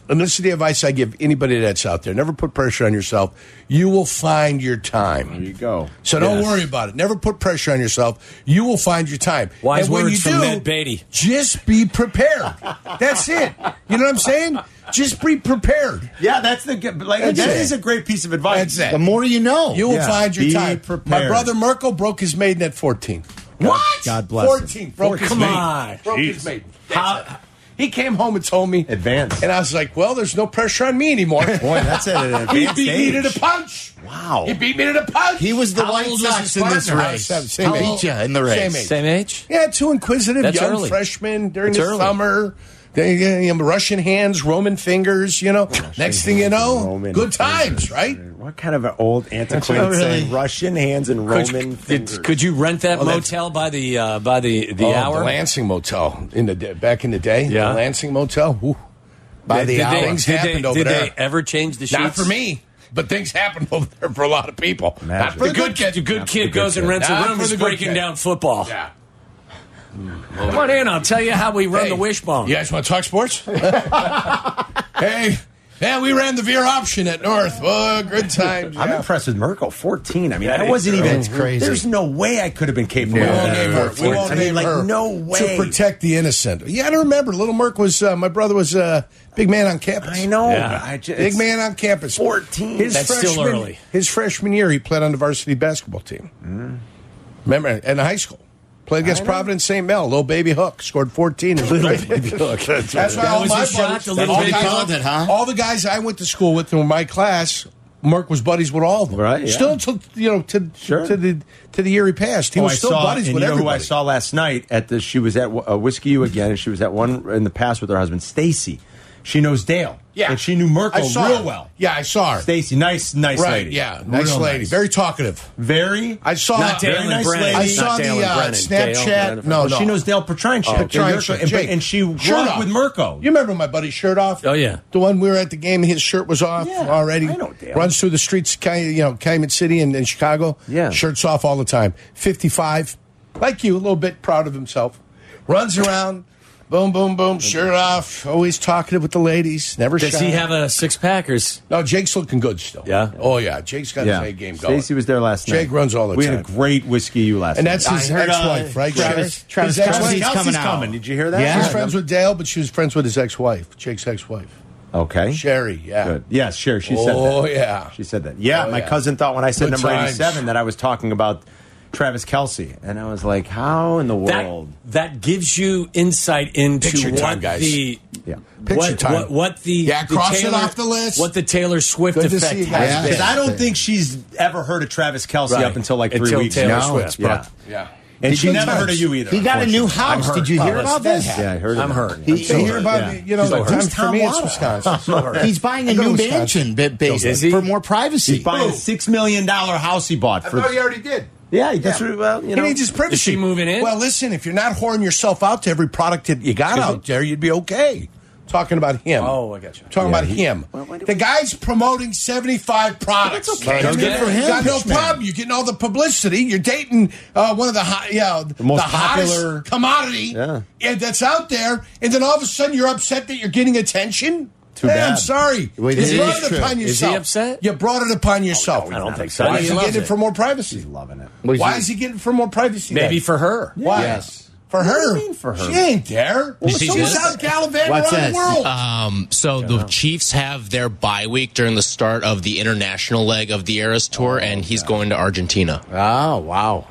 E: and this is the advice I give anybody that's out there never put pressure on yourself. You will find your
C: There
E: time.
C: you go.
E: So don't
C: Yes.
E: worry about it. Never put pressure on yourself. You will find your time.
A: Wise
E: and when
A: words
E: you
A: from
E: do,
A: Ned Beatty.
E: Just be prepared. That's it. You know what I'm saying? Just be prepared.
C: Yeah, that's the good- like.
E: That's
C: that
E: it.
C: is a great piece of advice.
E: That's it.
F: The more you know.
E: You will
C: Yeah,
E: find your
C: be
E: time.
C: prepared.
E: My brother Merkel broke his maiden at 14.
C: What? God bless him.
E: 14. Broke his
A: Come
E: maiden.
A: on.
E: Broke his maiden. That's it. He came home and told me.
C: Advanced.
E: And I was like, well, there's no pressure on me anymore.
C: Boy, that's it. An
E: he
C: advanced
E: beat me
C: age.
E: to the punch.
C: Wow.
E: He beat me to the punch.
F: He was the
E: How
F: White
E: old was
F: Sox
E: his
F: in this
E: partner?
F: race.
E: I was Same
F: How
E: age.
F: beat ya in the race?
E: Same age.
A: Same age?
E: Yeah, too inquisitive,
A: That's
E: young
A: early.
E: freshman during
A: That's
E: the
A: early.
E: summer. They, they- um, Russian hands, Roman fingers, you know. Next thing you know,
C: Roman
E: good
C: fingers.
E: times, right?
C: What kind of an old antiquated
F: That's not really-
C: saying? Russian hands and
A: Could,
C: Roman
A: did-
C: fingers.
A: could you rent that
E: Well, that's-
A: motel by the uh, by the the
E: Oh,
A: hour?
E: the Lansing Motel in the day, back in the day.
A: Yeah.
E: the Lansing Motel. Whew.
A: Did- did they-
E: things
A: did
E: happened
A: they,
E: over
A: did
E: there.
A: they ever change the sheets?
E: Not for me, but things happened over there for a lot of people.
C: Imagine.
A: The
E: Not the good
A: good kid,
E: kids.
A: the good kid goes and rents
E: Not
A: a room
E: for
A: is
E: the good
A: breaking
E: kid.
A: down football.
E: Yeah.
A: Come on in, I'll tell you how we run
E: Hey,
A: the wishbone.
E: You guys want to talk sports? hey, yeah, we ran the veer option at North. Oh, good times.
C: I'm
E: yeah.
C: impressed with Merkel. 14. I mean, I wasn't even.
F: That's crazy.
C: There's no way I could have been capable
E: We
C: of
E: won't
C: that.
E: name her. We won't
C: I mean,
E: name
C: like,
E: her
C: no way.
E: to protect the innocent. You got to remember, Little Merc was uh, my brother was a uh, big man on campus.
C: I know.
A: Yeah.
C: but I just,
E: big man on campus.
C: 14.
E: His
A: That's
E: freshman,
A: still early.
E: His freshman year, he played on the varsity basketball team.
C: Mm.
E: Remember, in high school, played against Providence St. Mel. Little baby Hook scored fourteen. Little baby Hook. That's, why
A: That
E: all
A: was
E: my
A: his shot,
E: buddies,
A: the Little
E: all,
A: Baby
E: guys-
F: Hook. Called it, huh?
E: all the guys I went to school with in my class. Merck was buddies with all of them.
C: Right, yeah.
E: Still, till you know, to
C: Sure.
E: to the to the year he passed, he
C: Oh,
E: was
C: I
E: still
C: saw,
E: buddies
C: and
E: with
C: you know who
E: everybody.
C: I saw last night at the. She was at uh, Whiskey U again, and she was at one in the past with her husband Stacy. She knows Dale. and she knew Merkel
E: I saw
C: Oh, real
E: her.
C: well.
E: Yeah, I saw her.
C: Stacy, nice, nice
E: right,
C: lady.
E: yeah, nice
C: Real
E: lady,
C: nice.
E: very talkative.
C: very.
E: I saw
A: Not
E: very
A: Dale and
E: nice
A: Brennan.
E: lady.
A: Not
E: I saw
A: Dale
E: the
A: and
E: uh,
A: Brennan.
E: Snapchat.
A: Dale and-
E: no, no,
C: She knows Dale Petrangelo.
E: Oh, Petrangelo,
C: and,
E: Jake.
C: and she worked
E: Shirt off.
C: with Mirko.
E: You remember my buddy shirt off?
A: Oh, yeah.
E: the one we were at the game. His shirt was off
C: Yeah,
E: already.
C: I know Dale.
E: Runs through the streets, Ca- you know, Calumet City and, and Chicago.
C: Yeah.
E: shirts off all the time. Fifty-five, like you, a little bit proud of himself. Runs around, boom, boom, boom. Shirt off, always talkative with the ladies. Never.
A: Does
E: shy.
A: he have a six packers?
E: No, Jake's looking good still.
A: Yeah?
E: Oh yeah, Jake's got his A game going.
C: Stacy was there last night.
E: Jake runs all the
C: we
E: time.
C: had a great whiskey you last
E: and
C: night.
E: that's his
F: I heard, uh,
E: ex-wife, right?
F: Travis-
E: Sharon?
F: Travis
E: his ex-wife.
F: Kelsey's
C: Kelsey's
F: coming out.
C: coming. Did you hear that?
F: Yeah.
E: She was friends with Dale, but she was friends with his ex-wife, Jake's ex-wife,
C: Okay.
E: Sherry. Yeah.
C: Good. Yes, sure. She said that.
E: Oh yeah.
C: She said that. Yeah,
E: Oh,
C: my
E: yeah.
C: cousin thought when I said
E: Good
C: number
E: times.
C: 87 that I was talking about Travis Kelsey. And I was like, how in the
A: That,
C: world?
A: that gives you insight into
E: Picture
A: what
E: time, guys.
A: the
C: Yeah.
E: Picture
A: what,
E: time.
A: What, what the
E: Yeah,
A: the
E: cross it
A: Taylor-
E: off the list.
A: What the Taylor Swift
E: Good to
A: effect
E: see you
A: has
E: guys.
C: Because
A: been.
C: I don't think she's ever heard of Travis Kelsey
A: Right.
C: up until like three
A: Until
C: weeks
A: Taylor
C: ago.
A: Swift.
C: Yeah.
E: Yeah.
C: And she
E: Good
C: never
E: times.
C: heard of you either.
F: He got a new
C: unfortunately.
F: house. Did you hear about this?
C: Yeah, I heard
A: I'm
C: of that.
A: hurt.
F: He-
E: So you hear about
C: Yeah.
E: the, you know,
C: He's
E: the
C: like,
E: time
C: "Who's
E: for
C: Tom
E: me it's
C: Watta?"
E: Wisconsin.
F: He's buying a
E: I go
F: new
E: to Wisconsin.
F: mansion ba- based
A: Is he?
F: for more privacy.
C: He's buying a $6 million house he bought for.
E: already did.
C: Yeah, that's what- well, you
E: He
C: know.
E: needs his privacy.
A: she moving in?
E: Well, listen, if you're not whoring yourself out to every product that you got out there, you'd be okay. Talking about him.
A: Oh, I got you.
E: Talking about him. the guy's promoting 75 products. That's okay.
A: Go get it.
E: for him. You got no
F: Pitchman.
E: problem. You're getting all the publicity. You're dating uh, one of the, hot, you know, the,
C: most
E: hottest
C: popular-
E: commodity and that's out there. And then all of a sudden you're upset that you're getting attention? Too I'm
C: bad.
E: sorry.
F: Wait,
E: you
F: it
E: brought
F: is
E: it
F: true.
E: upon
A: Is he
E: yourself.
A: upset?
E: You brought it upon yourself.
A: I don't think so.
E: Why is he
A: loves
E: getting it for more privacy?
C: He's loving it.
E: Why is he getting for more privacy?
A: Maybe
E: then?
A: for her.
E: why?
C: Yes.
E: For her.
C: do you mean for her?
E: She ain't there.
A: Well,
E: She's
A: so what's
E: out gallivanting
F: What's
E: around
F: this?
E: the world.
G: Um, so the Chiefs have their bye week during the start of the international leg of the Eras Tour, and he's going to Argentina.
F: Oh wow.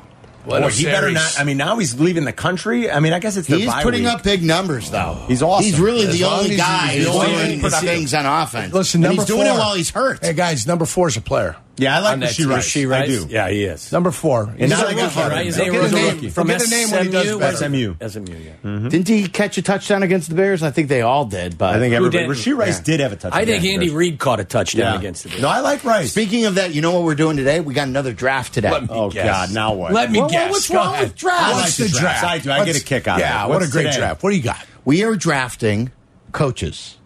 C: Boy, he better not. I mean, now he's leaving the country. I mean, I guess it's their
F: He's
C: bye
F: putting
C: week.
F: up big numbers though.
C: He's awesome.
F: He's really
E: As
F: the
E: long
F: only
E: as
F: guy
E: he's-
F: who's
E: he's only
F: doing his
E: productive.
F: things on offense.
E: Listen,
F: and
E: number
F: he's doing
E: four.
F: it while he's hurt.
E: Hey guys, number four is a player.
C: Yeah, I like
A: that
C: Rasheed
A: team.
C: Rice.
A: Rasheed Rice?
C: I do.
A: Yeah, he is.
E: Number four.
C: And
E: He's
C: not
E: a
C: a good
E: rookie,
C: player.
A: Right,
E: He's
A: is
C: He'll
A: he
E: a
C: get
E: rookie.
C: his
A: rookie?
C: name.
A: From
E: Forget the
A: SMU?
E: name when he does better.
C: SMU.
A: SMU, yeah.
F: Didn't he catch a touchdown against the Bears? I think they all did. But
C: I think
A: Who
C: everybody.
A: didn't?
C: Rasheed Rice did have a touchdown.
A: I think Andy
C: Rice.
A: Reid caught a touchdown
C: Yeah.
A: against the Bears.
C: No, I like Rice.
F: speaking of that, you know what we're doing today? We got another draft today.
E: Let me
C: oh
E: guess.
C: God, now what?
E: Let me
C: Well,
E: guess.
C: What's
E: Go
C: wrong
E: ahead.
C: with draft?
E: I
C: I
E: like
C: like
E: the draft.
C: I do. I get a kick out of it.
E: Yeah, what a
C: What's
E: great
C: today?
E: draft. What do you got?
F: We are drafting coaches.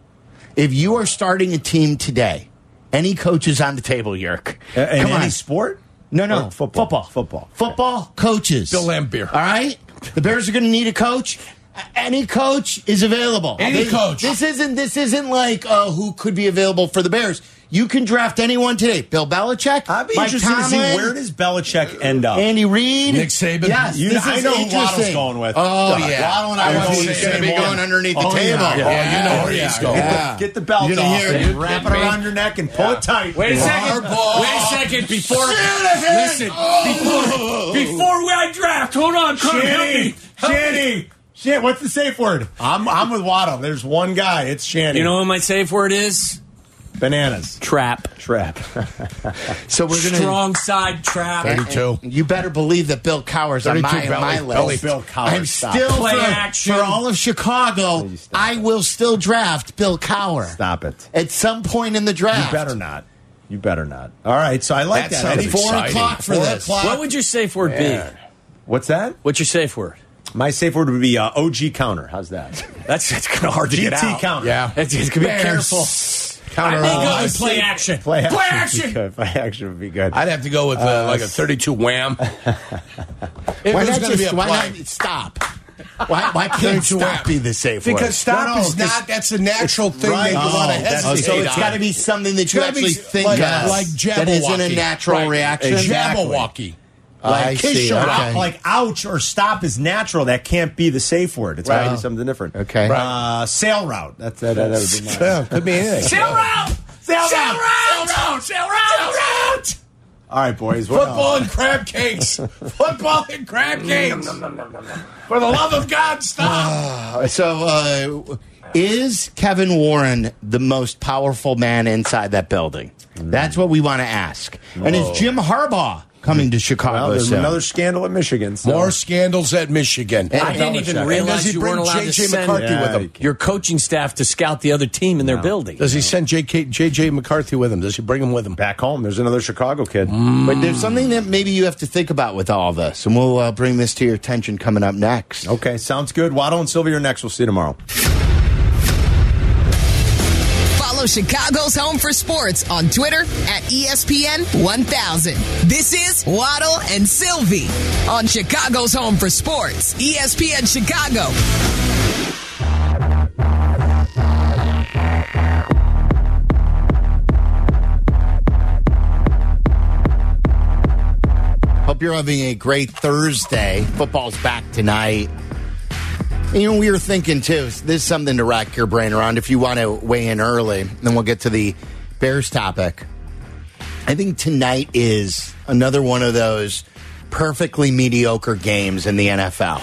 F: If you are starting a team today, any coaches on the table, Yerk?
C: A- in
F: Come
C: any
F: on.
C: sport?
F: No, no.
C: Or football?
F: Football.
C: Football.
F: Football coaches.
E: Bill Lambier.
F: All right? The Bears are going to need a coach. A- Any coach is available.
E: Any
F: This-
E: coach.
F: This isn't this isn't like uh, who could be available for the Bears. You can draft anyone today. Bill Belichick,
C: I'd be
F: Mike
C: interested to see
F: Tomlin,
C: where does Belichick end up.
F: Andy Reid,
E: Nick Saban.
F: Yes,
C: You-
F: this
C: I
F: is
C: know who
F: interesting.
C: Waddle's going with.
F: Oh
C: Duh.
F: yeah, Waddle and I
C: I
F: want
C: know
F: to
C: he's
F: going to be
C: going
F: going underneath the
C: Oh, yeah.
F: table.
C: Yeah.
E: Oh, you know where he's going.
F: Yeah.
C: Get the belt
F: You're
C: off
F: gonna hear it.
C: and wrap it around your neck and pull it tight.
A: Wait a second.
E: Harbaugh.
A: Wait a second. Before
E: Shanahan.
A: listen, before, before we I draft, hold on, come help me.
C: Shanny,
A: Help me.
C: Shanny, Shan- What's the safe word? I'm I'm with Waddle. There's one guy. It's Shanny.
A: You know what my safe word is?
D: Bananas.
A: Trap.
D: Trap.
F: So we're gonna
A: Strong side trap.
E: 32.
F: You better believe that Bill Cowher's
E: 32
F: on my,
E: Belly-
F: my
E: Belly
F: list.
E: Bill Cowher,
F: I'm
E: stop.
F: still
A: Play
F: for,
A: action.
F: for all of Chicago.
D: Please stop.
F: I will still draft Bill Cowher
D: Stop it.
F: at some point in the draft.
D: You better not. You better not. All right. So I
E: That
D: like that.
E: sounds
D: Eddie.
F: Four
E: Exciting.
F: o'clock for
D: Four
F: this.
D: o'clock.
A: What would your safe word be?
D: What's that?
A: What's your safe word?
D: My safe word would be uh, OG counter. How's that?
A: That's, that's kind of hard to get
D: GT
A: out.
D: counter.
E: Yeah.
A: It's, it's gonna be
F: Bears.
A: careful.
E: Counter
A: I think
E: all.
A: I would play action.
D: Play
A: action.
D: action. Would be good. Play action would be good.
E: I'd have to go with uh, like a 32 wham. It
F: Why
E: was
F: not
E: gonna be
F: just?
E: a
F: Why
E: play.
F: not stop? Why, why can't
E: Don't you
F: stop
E: want-
F: be the safe word?
E: Because stop
D: No, no,
E: is not. That's a natural thing
D: right.
E: they do on a
D: Oh, that's-
E: hesitate
F: so
D: okay,
E: on.
F: it's got to be something that you
E: Gotta be
F: actually
E: s-
F: think
E: like-
F: of.
E: like
F: that isn't a
E: Jabberwocky.
F: natural
E: Right.
F: reaction.
E: Jabberwocky.
F: I
D: Like, kiss
F: see,
D: your
F: okay.
D: like ouch or stop is natural. That can't be the safe word. It's got to
F: Wow.
D: be something different.
F: Okay.
D: Uh, sail route. That's uh, that. That, that would be mine.
E: Yeah, could be anything.
A: Sail route.
D: Sail route.
A: Sail route. Sail route.
D: All right, boys. What else?
E: Football and crab cakes. Football and crab cakes. For the love of God, stop.
F: So, uh, is Kevin Warren the most powerful man inside that building? That's what we want to ask. And is Jim Harbaugh coming to Chicago
D: Well, there's
F: soon?
D: another scandal at Michigan. So.
E: More scandals at Michigan.
A: I didn't
D: Belichick.
A: even
D: And
E: does he
A: realize you
E: bring
A: weren't allowed to
E: J.J.
A: send
E: McCarthy
D: with him?
A: your coaching staff to scout the other team in their building.
E: Does he send JK, JJ McCarthy with him? Does he bring him with him?
D: back home. There's another Chicago kid.
F: But there's something that maybe you have to think about with all this, and we'll uh, bring this to your attention coming up next.
D: Okay, sounds good. Waddle and Sylvia are next. We'll see you tomorrow.
B: Follow Chicago's Home for Sports on Twitter at E ESPN 1000. This is Waddle and Sylvie on Chicago's Home for Sports, E ESPN Chicago.
F: Hope you're having a great Thursday. Football's back tonight. And, you know, we were thinking too, this is something to rack your brain around if you want to weigh in early, then we'll get to the Bears topic. I think tonight is another one of those perfectly mediocre games in the NFL.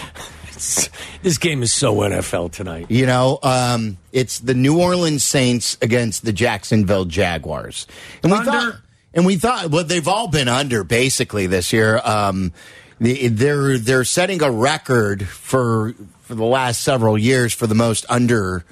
A: This game is so NFL tonight.
F: You know, um, it's the New Orleans Saints against the Jacksonville Jaguars, and we thought, and we thought, well, they've all been under basically this year. Um, the- they're they're setting a record for for the last several years for the most under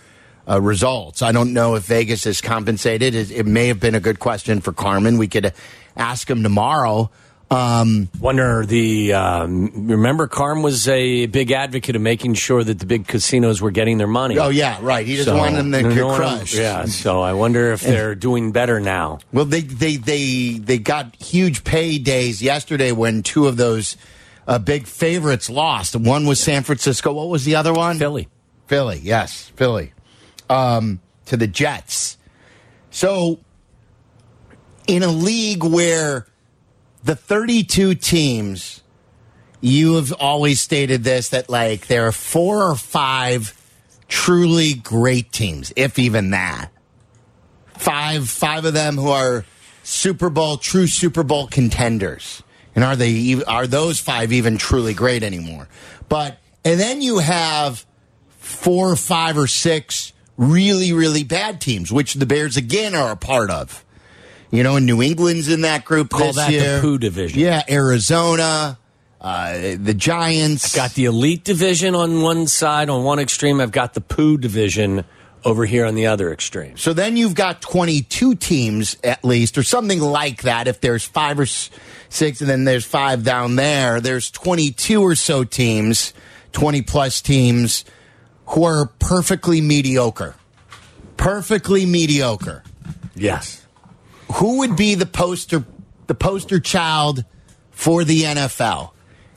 F: uh, results. I don't know if Vegas is compensated. It, it may have been a good question for Carmen. We could ask him tomorrow. Um,
A: Wonder the um, remember Carm was a big advocate of making sure that the big casinos were getting their money.
F: oh yeah, right. He doesn't
A: So,
F: want them to
A: no,
F: get
A: no one-
F: crushed.
A: Yeah, so I wonder if they're doing better now.
F: Well, they they they they got huge paydays yesterday when two of those uh, big favorites lost. One was San Francisco. What was the other one?
A: Philly.
F: Philly. Yes, Philly. Um, to the Jets. So, in a league where the 32 teams, you have always stated this that like there are four or five truly great teams, if even that. Five, five of them who are Super Bowl, true Super Bowl contenders. And are they ev- are those five even truly great anymore? But and then you have four, five, or six really, really bad teams, which the Bears again are a part of. You know, and New England's in that group
A: Call
F: this
A: that the
F: year.
A: poo division.
F: Yeah, Arizona, uh, the Giants.
A: Got the elite division on one side, on one extreme. I've got the poo division over here on the other extreme.
F: so then you've got 22 teams at least, or something like that. If there's five or s- six, and then there's five down there, there's 22 or so teams, 20 plus teams, who are perfectly mediocre. Perfectly mediocre.
A: Yes.
F: who would be the poster the poster child for the NFL?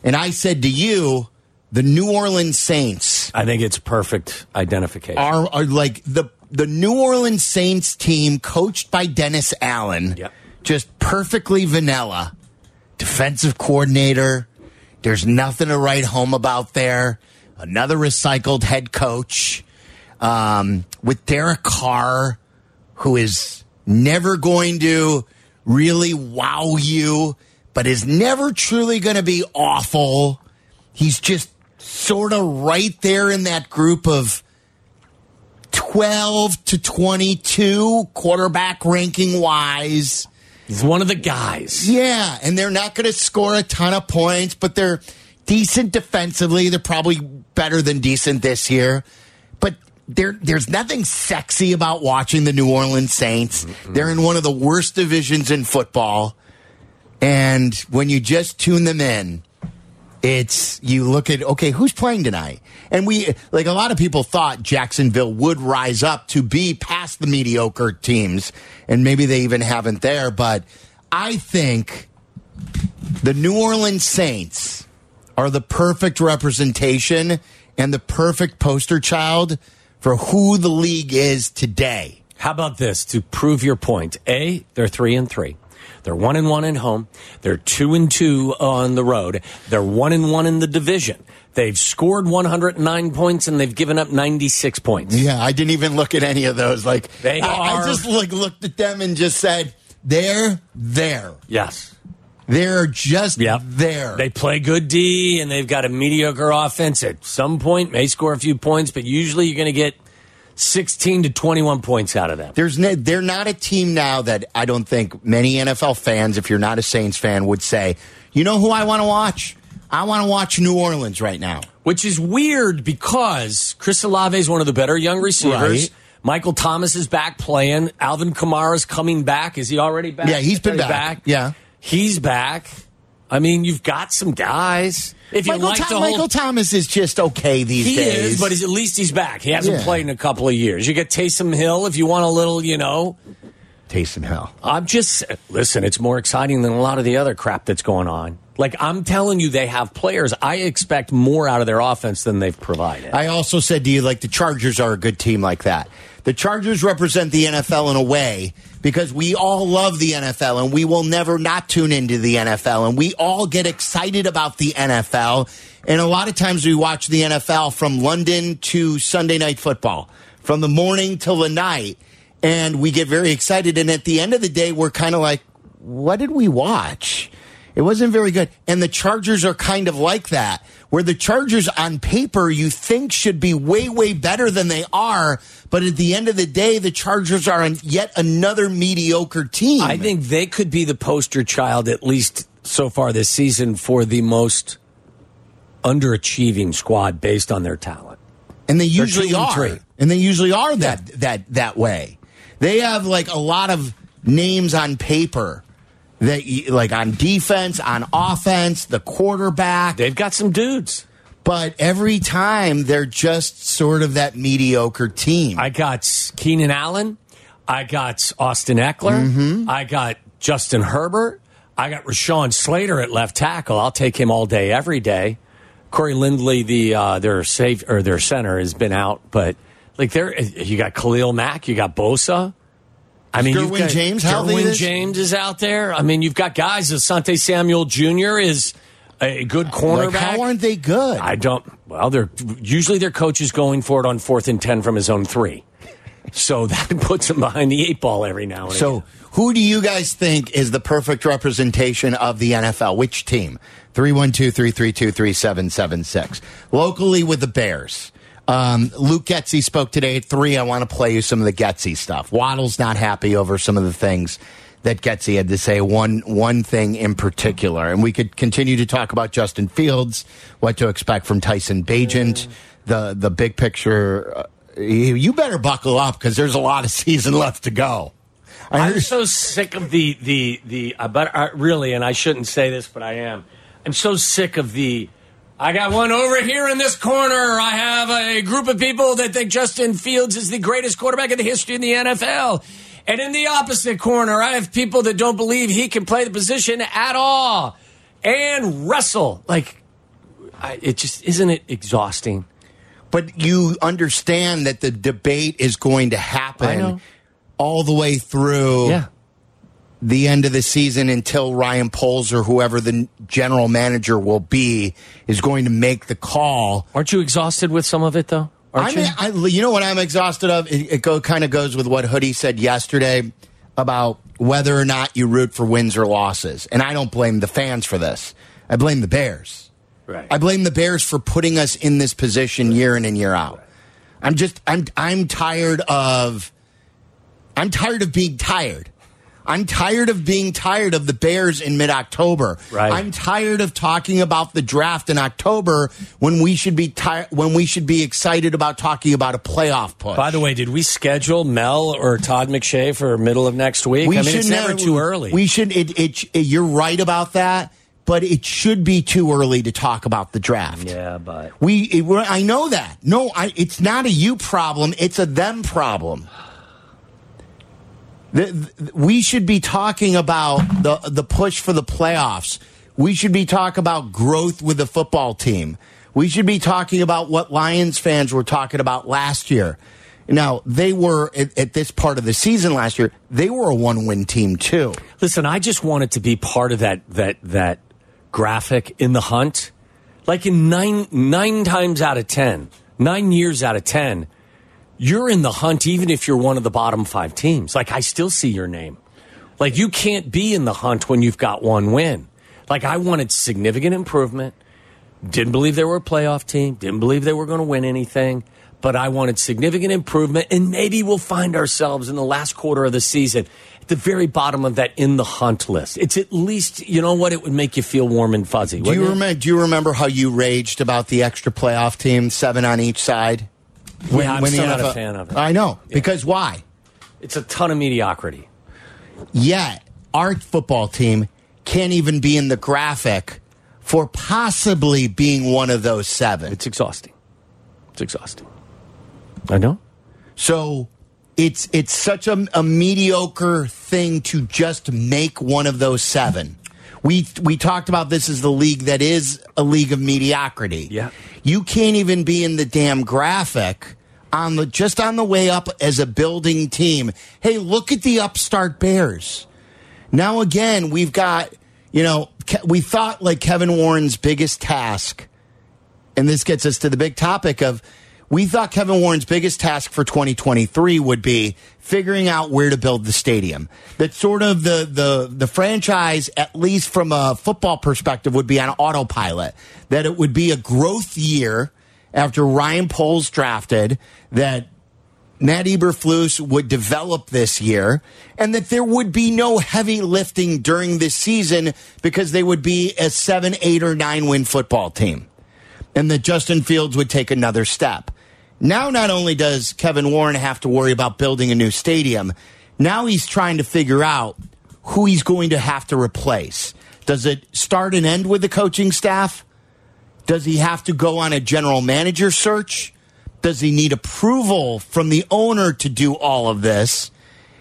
F: And I said to you, the New Orleans Saints
A: I think it's perfect identification.
F: are, are like the the New Orleans Saints team coached by Dennis Allen.
A: Yep.
F: Just perfectly vanilla. Defensive coordinator. There's nothing to write home about there. Another recycled head coach. Um, with Derek Carr, who is never going to really wow you, but is never truly going to be awful. He's just sort of right there in that group of 12 to 22 quarterback ranking wise.
A: He's one of the guys.
F: Yeah, and they're not going to score a ton of points, but they're decent defensively. They're probably better than decent this year. But there there's nothing sexy about watching the New Orleans Saints. They're in one of the worst divisions in football. And when you just tune them in, it's you look at okay, who's playing tonight? And we like a lot of people thought Jacksonville would rise up to be past the mediocre teams, and maybe they even haven't there, but I think the New Orleans Saints are the perfect representation and the perfect poster child for who the league is today.
A: How about this to prove your point? A, they're three and three. They're one and one at home. They're two and two on the road. They're one and one in the division. They've scored 109 points and they've given up 96 points.
F: Yeah, I didn't even look at any of those. Like
A: They
F: I, I
A: are-
F: just like looked at them and just said, "They're there.
A: Yes.
F: They're just
A: Yep.
F: there."
A: They play good D and they've got a mediocre offense at some point, may score a few points, but usually you're going to get 16 to 21 points out of them.
F: There's no, they're not a team now that I don't think many NFL fans, if you're not a Saints fan, would say, "You know who I want to watch? I want to watch New Orleans right now."
A: which is weird because Chris Olave is one of the better young receivers.
F: Right.
A: Michael Thomas is back playing. Alvin Kamara's coming back. Is he already back?
F: Yeah, he's been
A: Already
F: back. Yeah.
A: he's back. I mean, you've got some guys. If you
F: Michael,
A: like
F: Tho-
A: the whole,
F: Michael Thomas is just okay these
A: he
F: days.
A: is, but he's, at least he's back. He hasn't
F: Yeah.
A: played in a couple of years. You get Taysom Hill if you want a little, you know.
F: Taysom Hill.
A: I'm just listen. It's more exciting than a lot of the other crap that's going on. Like I'm telling you, they have players. I expect more out of their offense than they've provided.
F: I also said to you, like, the Chargers are a good team like that. The Chargers represent the NFL in a way because we all love the NFL and we will never not tune into the NFL and we all get excited about the NFL. And a lot of times we watch the NFL from London to Sunday night football, from the morning till the night, and we get very excited. And at the end of the day, we're kind of like, what did we watch? It wasn't very good. And the Chargers are kind of like that, where the Chargers on paper you think should be way, way better than they are. But at the end of the day, the Chargers are an, yet another mediocre team.
A: I think they could be the poster child, at least so far this season, for the most underachieving squad based on their talent.
F: and they usually
A: two and
F: are.
A: three.
F: And they usually are that, that, that way. They have like a lot of names on paper that you, like on defense, on offense, the quarterback.
A: They've got some dudes.
F: but every time they're just sort of that mediocre team.
A: I got Keenan Allen. I got Austin Eckler.
F: Mm-hmm.
A: I got Justin Herbert. I got Rashawn Slater at left tackle. I'll take him all day, every day. Corey Lindley, the uh, their safe or their center, has been out, but like there, uh, you got Khalil Mack, you got Bosa. I mean, you've
F: Derwin
A: got-
F: James healthy
A: Derwin
F: this-
A: James is out there. I mean, you've got guys. Asante Samuel Jr. is a good cornerback.
F: Like, how aren't they good?
A: I don't. Well, they're usually their coach is going for it on fourth and ten from his own three, so that puts him behind the eight ball every now and
F: so,
A: again.
F: who do you guys think is the perfect representation of the NFL? Which team? 312 332 3776. Locally with the Bears. Um, Luke Getzey spoke today at 3. I want to play you some of the Getzey stuff. Waddle's not happy over some of the things that Getzey had to say, one, one thing in particular. And we could continue to talk about Justin Fields, what to expect from Tyson Bajent, the, the big picture. Uh, you you better buckle up because there's a lot of season left to go. I
A: I'm
F: heard-
A: so sick of the the the. Uh, but uh, really, and I shouldn't say this, but I am. I'm so sick of the. I got one over here in this corner. I have a group of people that think Justin Fields is the greatest quarterback in the history of the NFL. And in the opposite corner, I have people that don't believe he can play the position at all and wrestle. Like, I, it just isn't it exhausting?
F: But you understand that the debate is going to
A: I
F: happen
A: know.
F: all the way through the end of the season until Ryan Poles or whoever the n- general manager will be is going to make the call.
A: Aren't you exhausted with some of it though? Aren't
F: I mean,
A: you?
F: I, you know what I'm exhausted of? It, it go, kind of goes with what Hoodie said yesterday about whether or not you root for wins or losses. And I don't blame the fans for this. I blame the Bears.
A: Right.
F: I blame the Bears for putting us in this position year in and year out. I'm just I'm I'm tired of I'm tired of being tired. I'm tired of being tired of the Bears in mid October.
A: Right.
F: I'm tired of talking about the draft in October when we should be ti- when we should be excited about talking about a playoff push.
A: By the way, did we schedule Mel or Todd McShay for middle of next week? I mean, it's
F: should
A: never
F: never-
A: too early.
F: We should. It, it, it- You're right about that, but it should be too early to talk about the draft.
A: yeah, but
F: We. It, we're, I know that. No, I, it's not a you problem. It's a them problem. The, the- we should be talking about the the push for the playoffs. We should be talking about growth with the football team. We should be talking about what Lions fans were talking about last year. Now they were at, at this part of the season last year. They were a one win team too.
A: Listen, I just wanted to be part of that that that graphic in the hunt. Like in nine nine times out of ten, nine years out of ten, you're in the hunt even if you're one of the bottom five teams. Like I still see your name. Like you can't be in the hunt when you've got one win. Like I wanted significant improvement. Didn't believe they were a playoff team. Didn't believe they were going to win anything. But I wanted significant improvement, and maybe we'll find ourselves in the last quarter of the season at the very bottom of that in the hunt list. It's at least you know what it would make you feel warm and fuzzy.
F: Do you
A: wouldn't it?
F: remember? Do you remember how you raged about the extra playoff team, seven on each side? When-
A: I'm
F: when the
A: still not a
F: NFL
A: fan of it.
F: I know because why?
A: It's a ton of mediocrity.
F: yet our football team can't even be in the graphic for possibly being one of those seven.
A: It's exhausting. It's exhausting. I know.
F: So it's it's such a, a mediocre thing to just make one of those seven. We we talked about this as the league that is a league of mediocrity.
A: Yeah.
F: you can't even be in the damn graphic on the just on the way up as a building team. Hey, look at the upstart Bears. Now again, we've got you know Ke- we thought like Kevin Warren's biggest task and this gets us to the big topic of we thought Kevin Warren's biggest task for 2023 would be figuring out where to build the stadium. That sort of the the the franchise, at least from a football perspective, would be on autopilot. That it would be a growth year after Ryan Poles drafted. That Matt Eberflus would develop this year, and that there would be no heavy lifting during this season because they would be a seven, eight, or nine win football team and that Justin Fields would take another step. Now, not only does Kevin Warren have to worry about building a new stadium, now he's trying to figure out who he's going to have to replace. Does it start and end with the coaching staff? Does he have to go on a general manager search? Does he need approval from the owner to do all of this?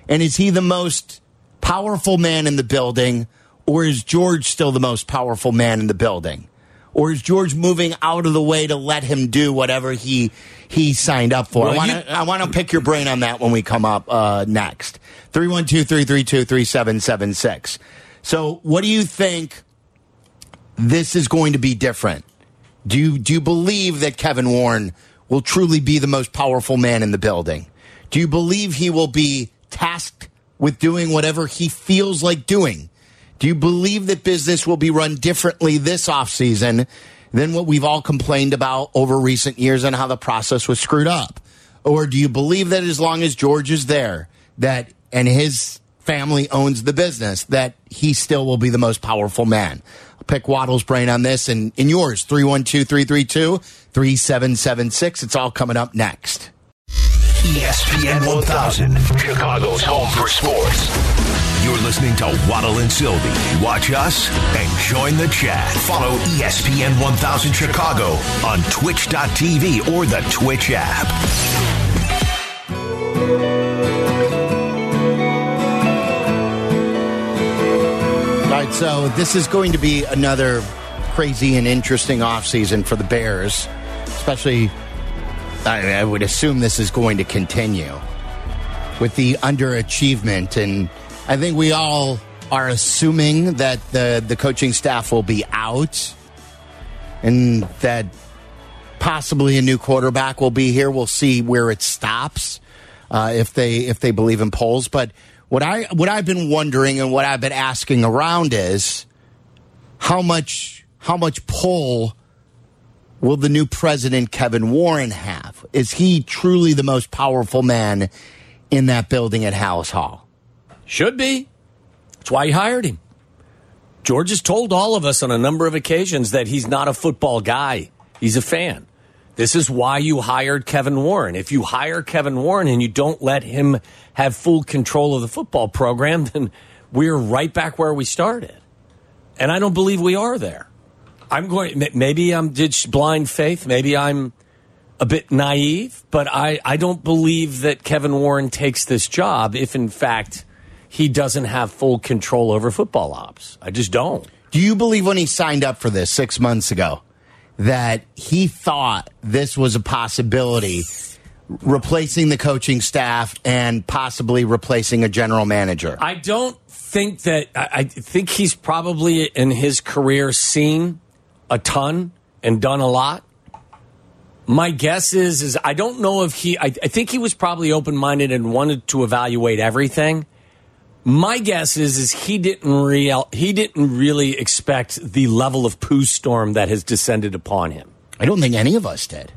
F: And is he the most powerful man in the building, or is George still the most powerful man in the building? Or is George moving out of the way to let him do whatever he he signed up for?
A: Well,
F: I want to
A: you-
F: I want to pick your brain on that when we come up uh, next. 312-332-3776. So, what do you think this is going to be different? Do you, do you believe that Kevin Warren will truly be the most powerful man in the building? Do you believe he will be tasked with doing whatever he feels like doing? Do you believe that business will be run differently this offseason than what we've all complained about over recent years and how the process was screwed up? Or do you believe that as long as George is there, that and his family owns the business, that he still will be the most powerful man? I'll pick Waddle's brain on this and in yours, 312 332 3776. It's all coming up next.
H: E ESPN 1000, Chicago's home for sports. You're listening to Waddle and Sylvie. Watch us and join the chat. Follow E ESPN 1000 Chicago on twitch.tv or the Twitch app.
F: All right, so this is going to be another crazy and interesting offseason for the Bears, especially, I, I would assume this is going to continue with the underachievement. And I think we all are assuming that the, the coaching staff will be out and that possibly a new quarterback will be here. We'll see where it stops uh, if they if they believe in polls. But what I what I've been wondering and what I've been asking around is how much how much pull will the new president Kevin Warren have? is he truly the most powerful man in that building at House Hall?
A: Should be. That's why he hired him. George has told all of us on a number of occasions that he's not a football guy, he's a fan. This is why you hired Kevin Warren. If you hire Kevin Warren and you don't let him have full control of the football program, then we're right back where we started. And I don't believe we are there. I'm going, m- maybe I'm did sh- blind faith, maybe I'm a bit naive, but I, I don't believe that Kevin Warren takes this job if, in fact, he doesn't have full control over football ops. I just don't.
F: Do you believe when he signed up for this six months ago that he thought this was a possibility, replacing the coaching staff and possibly replacing a general manager?
A: I don't think that. I, I think he's probably in his career seen a ton and done a lot. My guess is is I don't know if he. I, I think he was probably open minded and wanted to evaluate everything. My guess is is he didn't real he didn't really expect the level of poo storm that has descended upon him.
F: I don't think any of us did.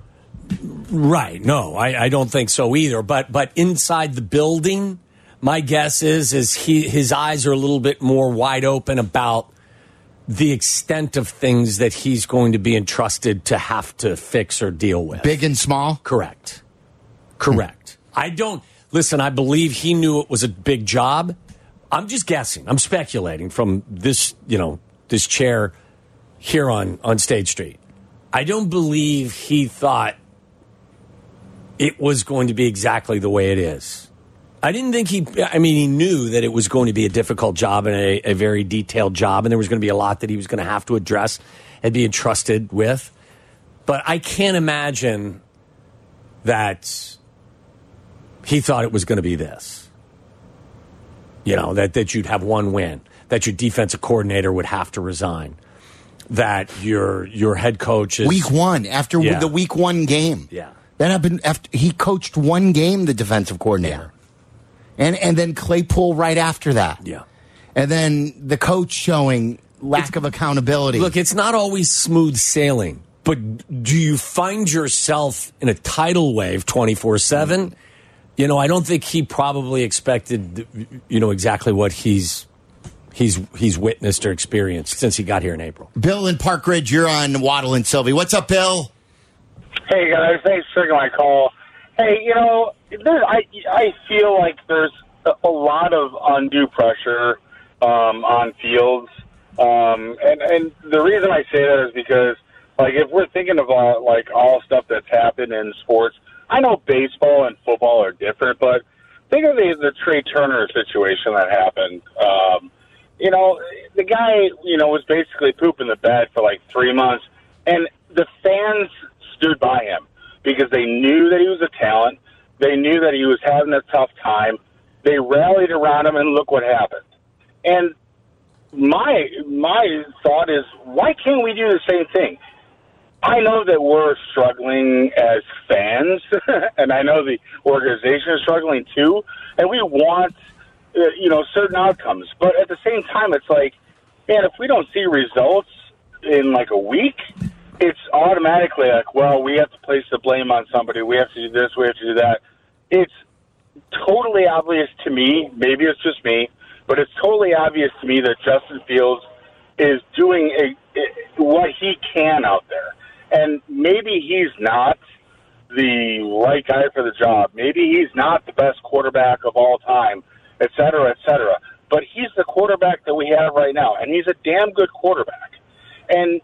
A: Right. No, I, I don't think so either. But but inside the building, my guess is is he his eyes are a little bit more wide open about the extent of things that he's going to be entrusted to have to fix or deal with.
F: Big and small.
A: Correct. Correct. I don't listen. I believe he knew it was a big job. I'm just guessing. I'm speculating from this, you know, this chair here on on State Street. I don't believe he thought it was going to be exactly the way it is. I didn't think he. I mean, he knew that it was going to be a difficult job and a, a very detailed job, and there was going to be a lot that he was going to have to address and be entrusted with. But I can't imagine that he thought it was going to be this. You know, that, that you'd have one win, that your defensive coordinator would have to resign, that your your head coach is
F: Week one after
A: Yeah.
F: the week one game.
A: Yeah.
F: that happened after he coached one game. The defensive coordinator, and and then Claypool right after that.
A: Yeah.
F: and then the coach showing lack of accountability.
A: Look, it's not always smooth sailing, but do you find yourself in a tidal wave 24 7? You know, I don't think he probably expected, you know, exactly what he's. He's he's witnessed or experienced since he got here in April.
F: Bill in Park Ridge, you're on Waddle and Sylvie. What's up, Bill?
I: Hey guys, thanks for taking my call. Hey, you know, there, I I feel like there's a, a lot of undue pressure um, on Fields, um, and and the reason I say that is because like if we're thinking of all like all stuff that's happened in sports, I know baseball and football are different, but think of the the Trey Turner situation that happened. Um, you know, the guy, you know, was basically pooping the bed for like three months, and the fans stood by him because they knew that he was a talent. They knew that he was having a tough time. They rallied around him, and look what happened. And my my thought is, why can't we do the same thing? I know that we're struggling as fans, and I know the organization is struggling too, and we want, uh, you know, certain outcomes. But at the same time, it's like, man, if we don't see results in like a week, it's automatically like, well, we have to place the blame on somebody. We have to do this. We have to do that. It's totally obvious to me. Maybe it's just me, but it's totally obvious to me that Justin Fields is doing a, what he can out there, and maybe he's not the right guy for the job. Maybe he's not the best quarterback of all time, et cetera, et cetera. But he's the quarterback that we have right now, and he's a damn good quarterback. And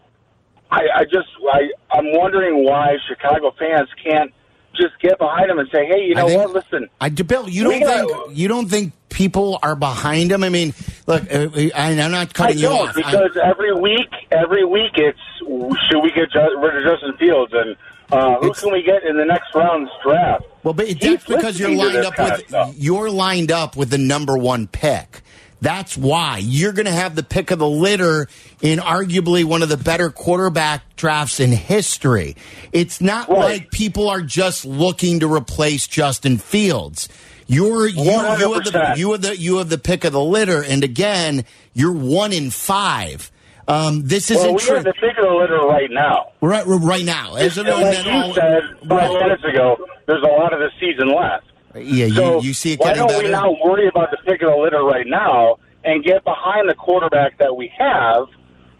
I: I, I just I, I'm wondering why Chicago fans can't just get behind him and say, hey, you know
F: I think-
I: what? Listen,
F: I, Bill, you
I: We
F: don't
I: gotta-
F: think you don't think people are behind him? I mean, look, uh, I, I'm not
I: I
F: cutting you
I: don't
F: off. I'm-
I: because every week, every week it's should we get Ju- rid of Justin Fields and uh, who can we get in the next round's draft?
F: Well, but it-
I: He's
F: that's because you're
I: listening
F: lined
I: to this
F: up
I: kind of
F: with
I: stuff.
F: you're lined up with the number one pick. That's why you're going to have the pick of the litter in arguably one of the better quarterback drafts in history. It's not
I: Right.
F: like people are just looking to replace Justin Fields. You're you, you have the
I: 100%.
F: you have the you have the pick of the litter, and again, you're one in five. Um, this
I: Well,
F: isn't
I: we
F: true.
I: have to take the litter right now.
F: right, right now. As of
I: like
F: right
I: you
F: now-
I: said five
F: Right.
I: minutes ago, there's a lot of the season left.
F: yeah, you,
I: So
F: you see it
I: why
F: getting
I: don't
F: better.
I: we not worry about the pick of the litter right now and get behind the quarterback that we have?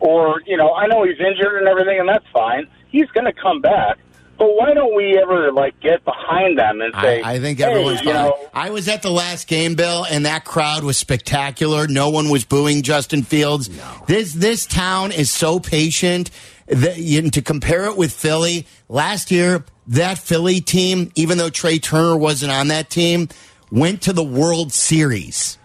I: Or you know, I know he's injured and everything, and that's fine. He's going to come back. But why don't we ever like get behind them and say?
F: I, I think
I: hey,
F: everyone's
I: you
F: behind.
I: know,
F: I was at the last game, Bill, and that crowd was spectacular. No one was booing Justin Fields. This this town is so patient. That, you, to compare it with Philly last year, that Philly team, even though Trey Turner wasn't on that team, went to the World Series.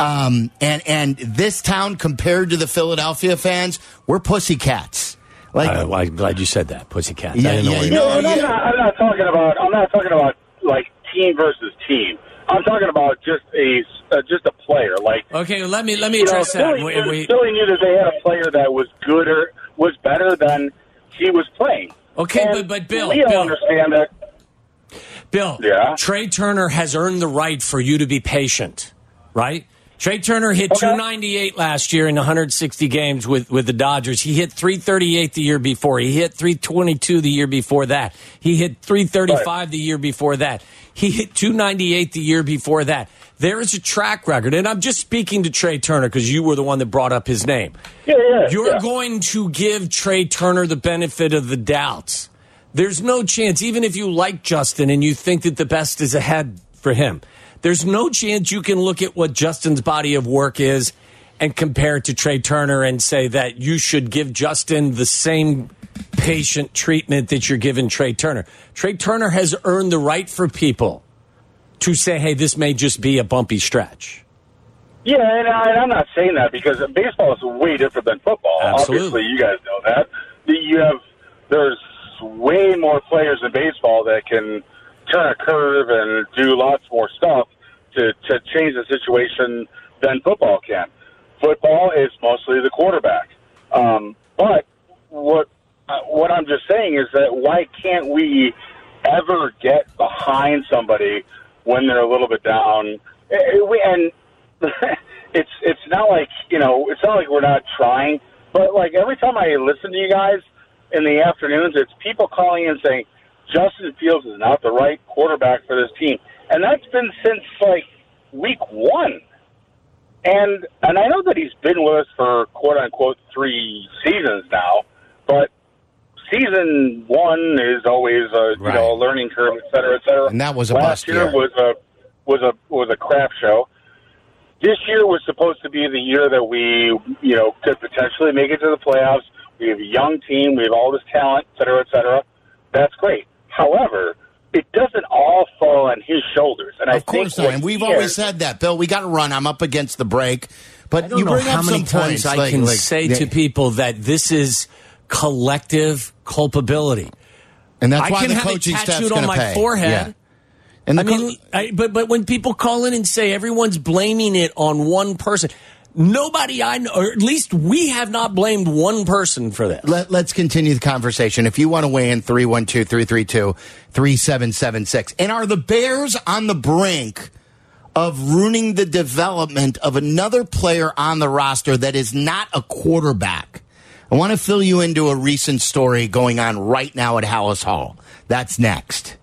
F: Um, and and this town compared to the Philadelphia fans, we're pussycats. Like
A: Uh, well, I'm glad you said that, pussycat.
F: Yeah,
A: I didn't know
F: yeah,
A: what-
F: you
I: No,
F: know,
I: I'm not, I'm not talking about. I'm not talking about like team versus team. I'm talking about just a uh, just a player. Like
A: Okay, let me let me
I: you know,
A: address that.
I: Philly,
A: We-
I: knew-
A: we-
I: Philly knew that they had a player that was good or was better than he was playing.
A: Okay, but-
I: And
A: but Bill,
I: we all
A: Bill.
I: understand that.
A: Bill,
I: Yeah?
A: Trey Turner has earned the right for you to be patient, right? Trey Turner hit
I: Okay.
A: 298 last year in 160 games with, with the Dodgers. He hit 338 the year before. He hit 322 the year before that. He hit 335 the year before that. He hit 298 the year before that. There is a track record, and I'm just speaking to Trey Turner because you were the one that brought up his name.
I: Yeah, yeah,
A: You're
I: yeah.
A: going to give Trey Turner the benefit of the doubt. There's no chance, even if you like Justin and you think that the best is ahead for him, there's no chance you can look at what Justin's body of work is and compare it to Trey Turner and say that you should give Justin the same patient treatment that you're giving Trey Turner. Trey Turner has earned the right for people to say, hey, this may just be a bumpy stretch.
I: Yeah, and, I, and I'm not saying that because baseball is way different than football.
A: Absolutely.
I: Obviously, you guys know that. That You have there's way more players in baseball that can turn a curve and do lots more stuff to to change the situation than football can. Football is mostly the quarterback. Um, but what uh, what I'm just saying is that why can't we ever get behind somebody when they're a little bit down? Eh, eh, we- And it's it's not like you know it's not like we're not trying, but like every time I listen to you guys in the afternoons, it's people calling in saying Justin Fields is not the right quarterback for this team, and that's been since like week one. And and I know that he's been with us for quote unquote three seasons now, but season one is always a you know a learning curve, et cetera, et cetera.
F: And that was a
I: last
F: bust
I: year
F: year.
I: was a was a was a crap show. This year was supposed to be the year that we you know could potentially make it to the playoffs. We have a young team, we have all this talent, et cetera, et cetera. That's great. However, it doesn't all fall on his shoulders, and I
F: Of course
I: think
F: not.
I: what
F: And we've
I: he
F: always
I: is-
F: said that, Bill. We got to run. I'm up against the break. But
A: I don't
F: you
A: know
F: bring
A: how
F: up
A: many
F: some
A: times
F: points,
A: I
F: like-
A: can
F: like-
A: say
F: yeah.
A: to people that this is collective culpability.
F: and that's why
A: I can
F: the
A: have it
F: coaching staff's
A: tattooed
F: going
A: on my
F: to pay.
A: forehead.
F: Yeah. And the
A: I
F: co-
A: mean, I, but but when people call in and say everyone's blaming it on one person, nobody I know, or at least we have not blamed one person for this.
F: let, us continue the conversation. If you want to weigh in, 312 332 3776. And are the Bears on the brink of ruining the development of another player on the roster that is not a quarterback? I want to fill you into a recent story going on right now at Hallis Hall. That's next.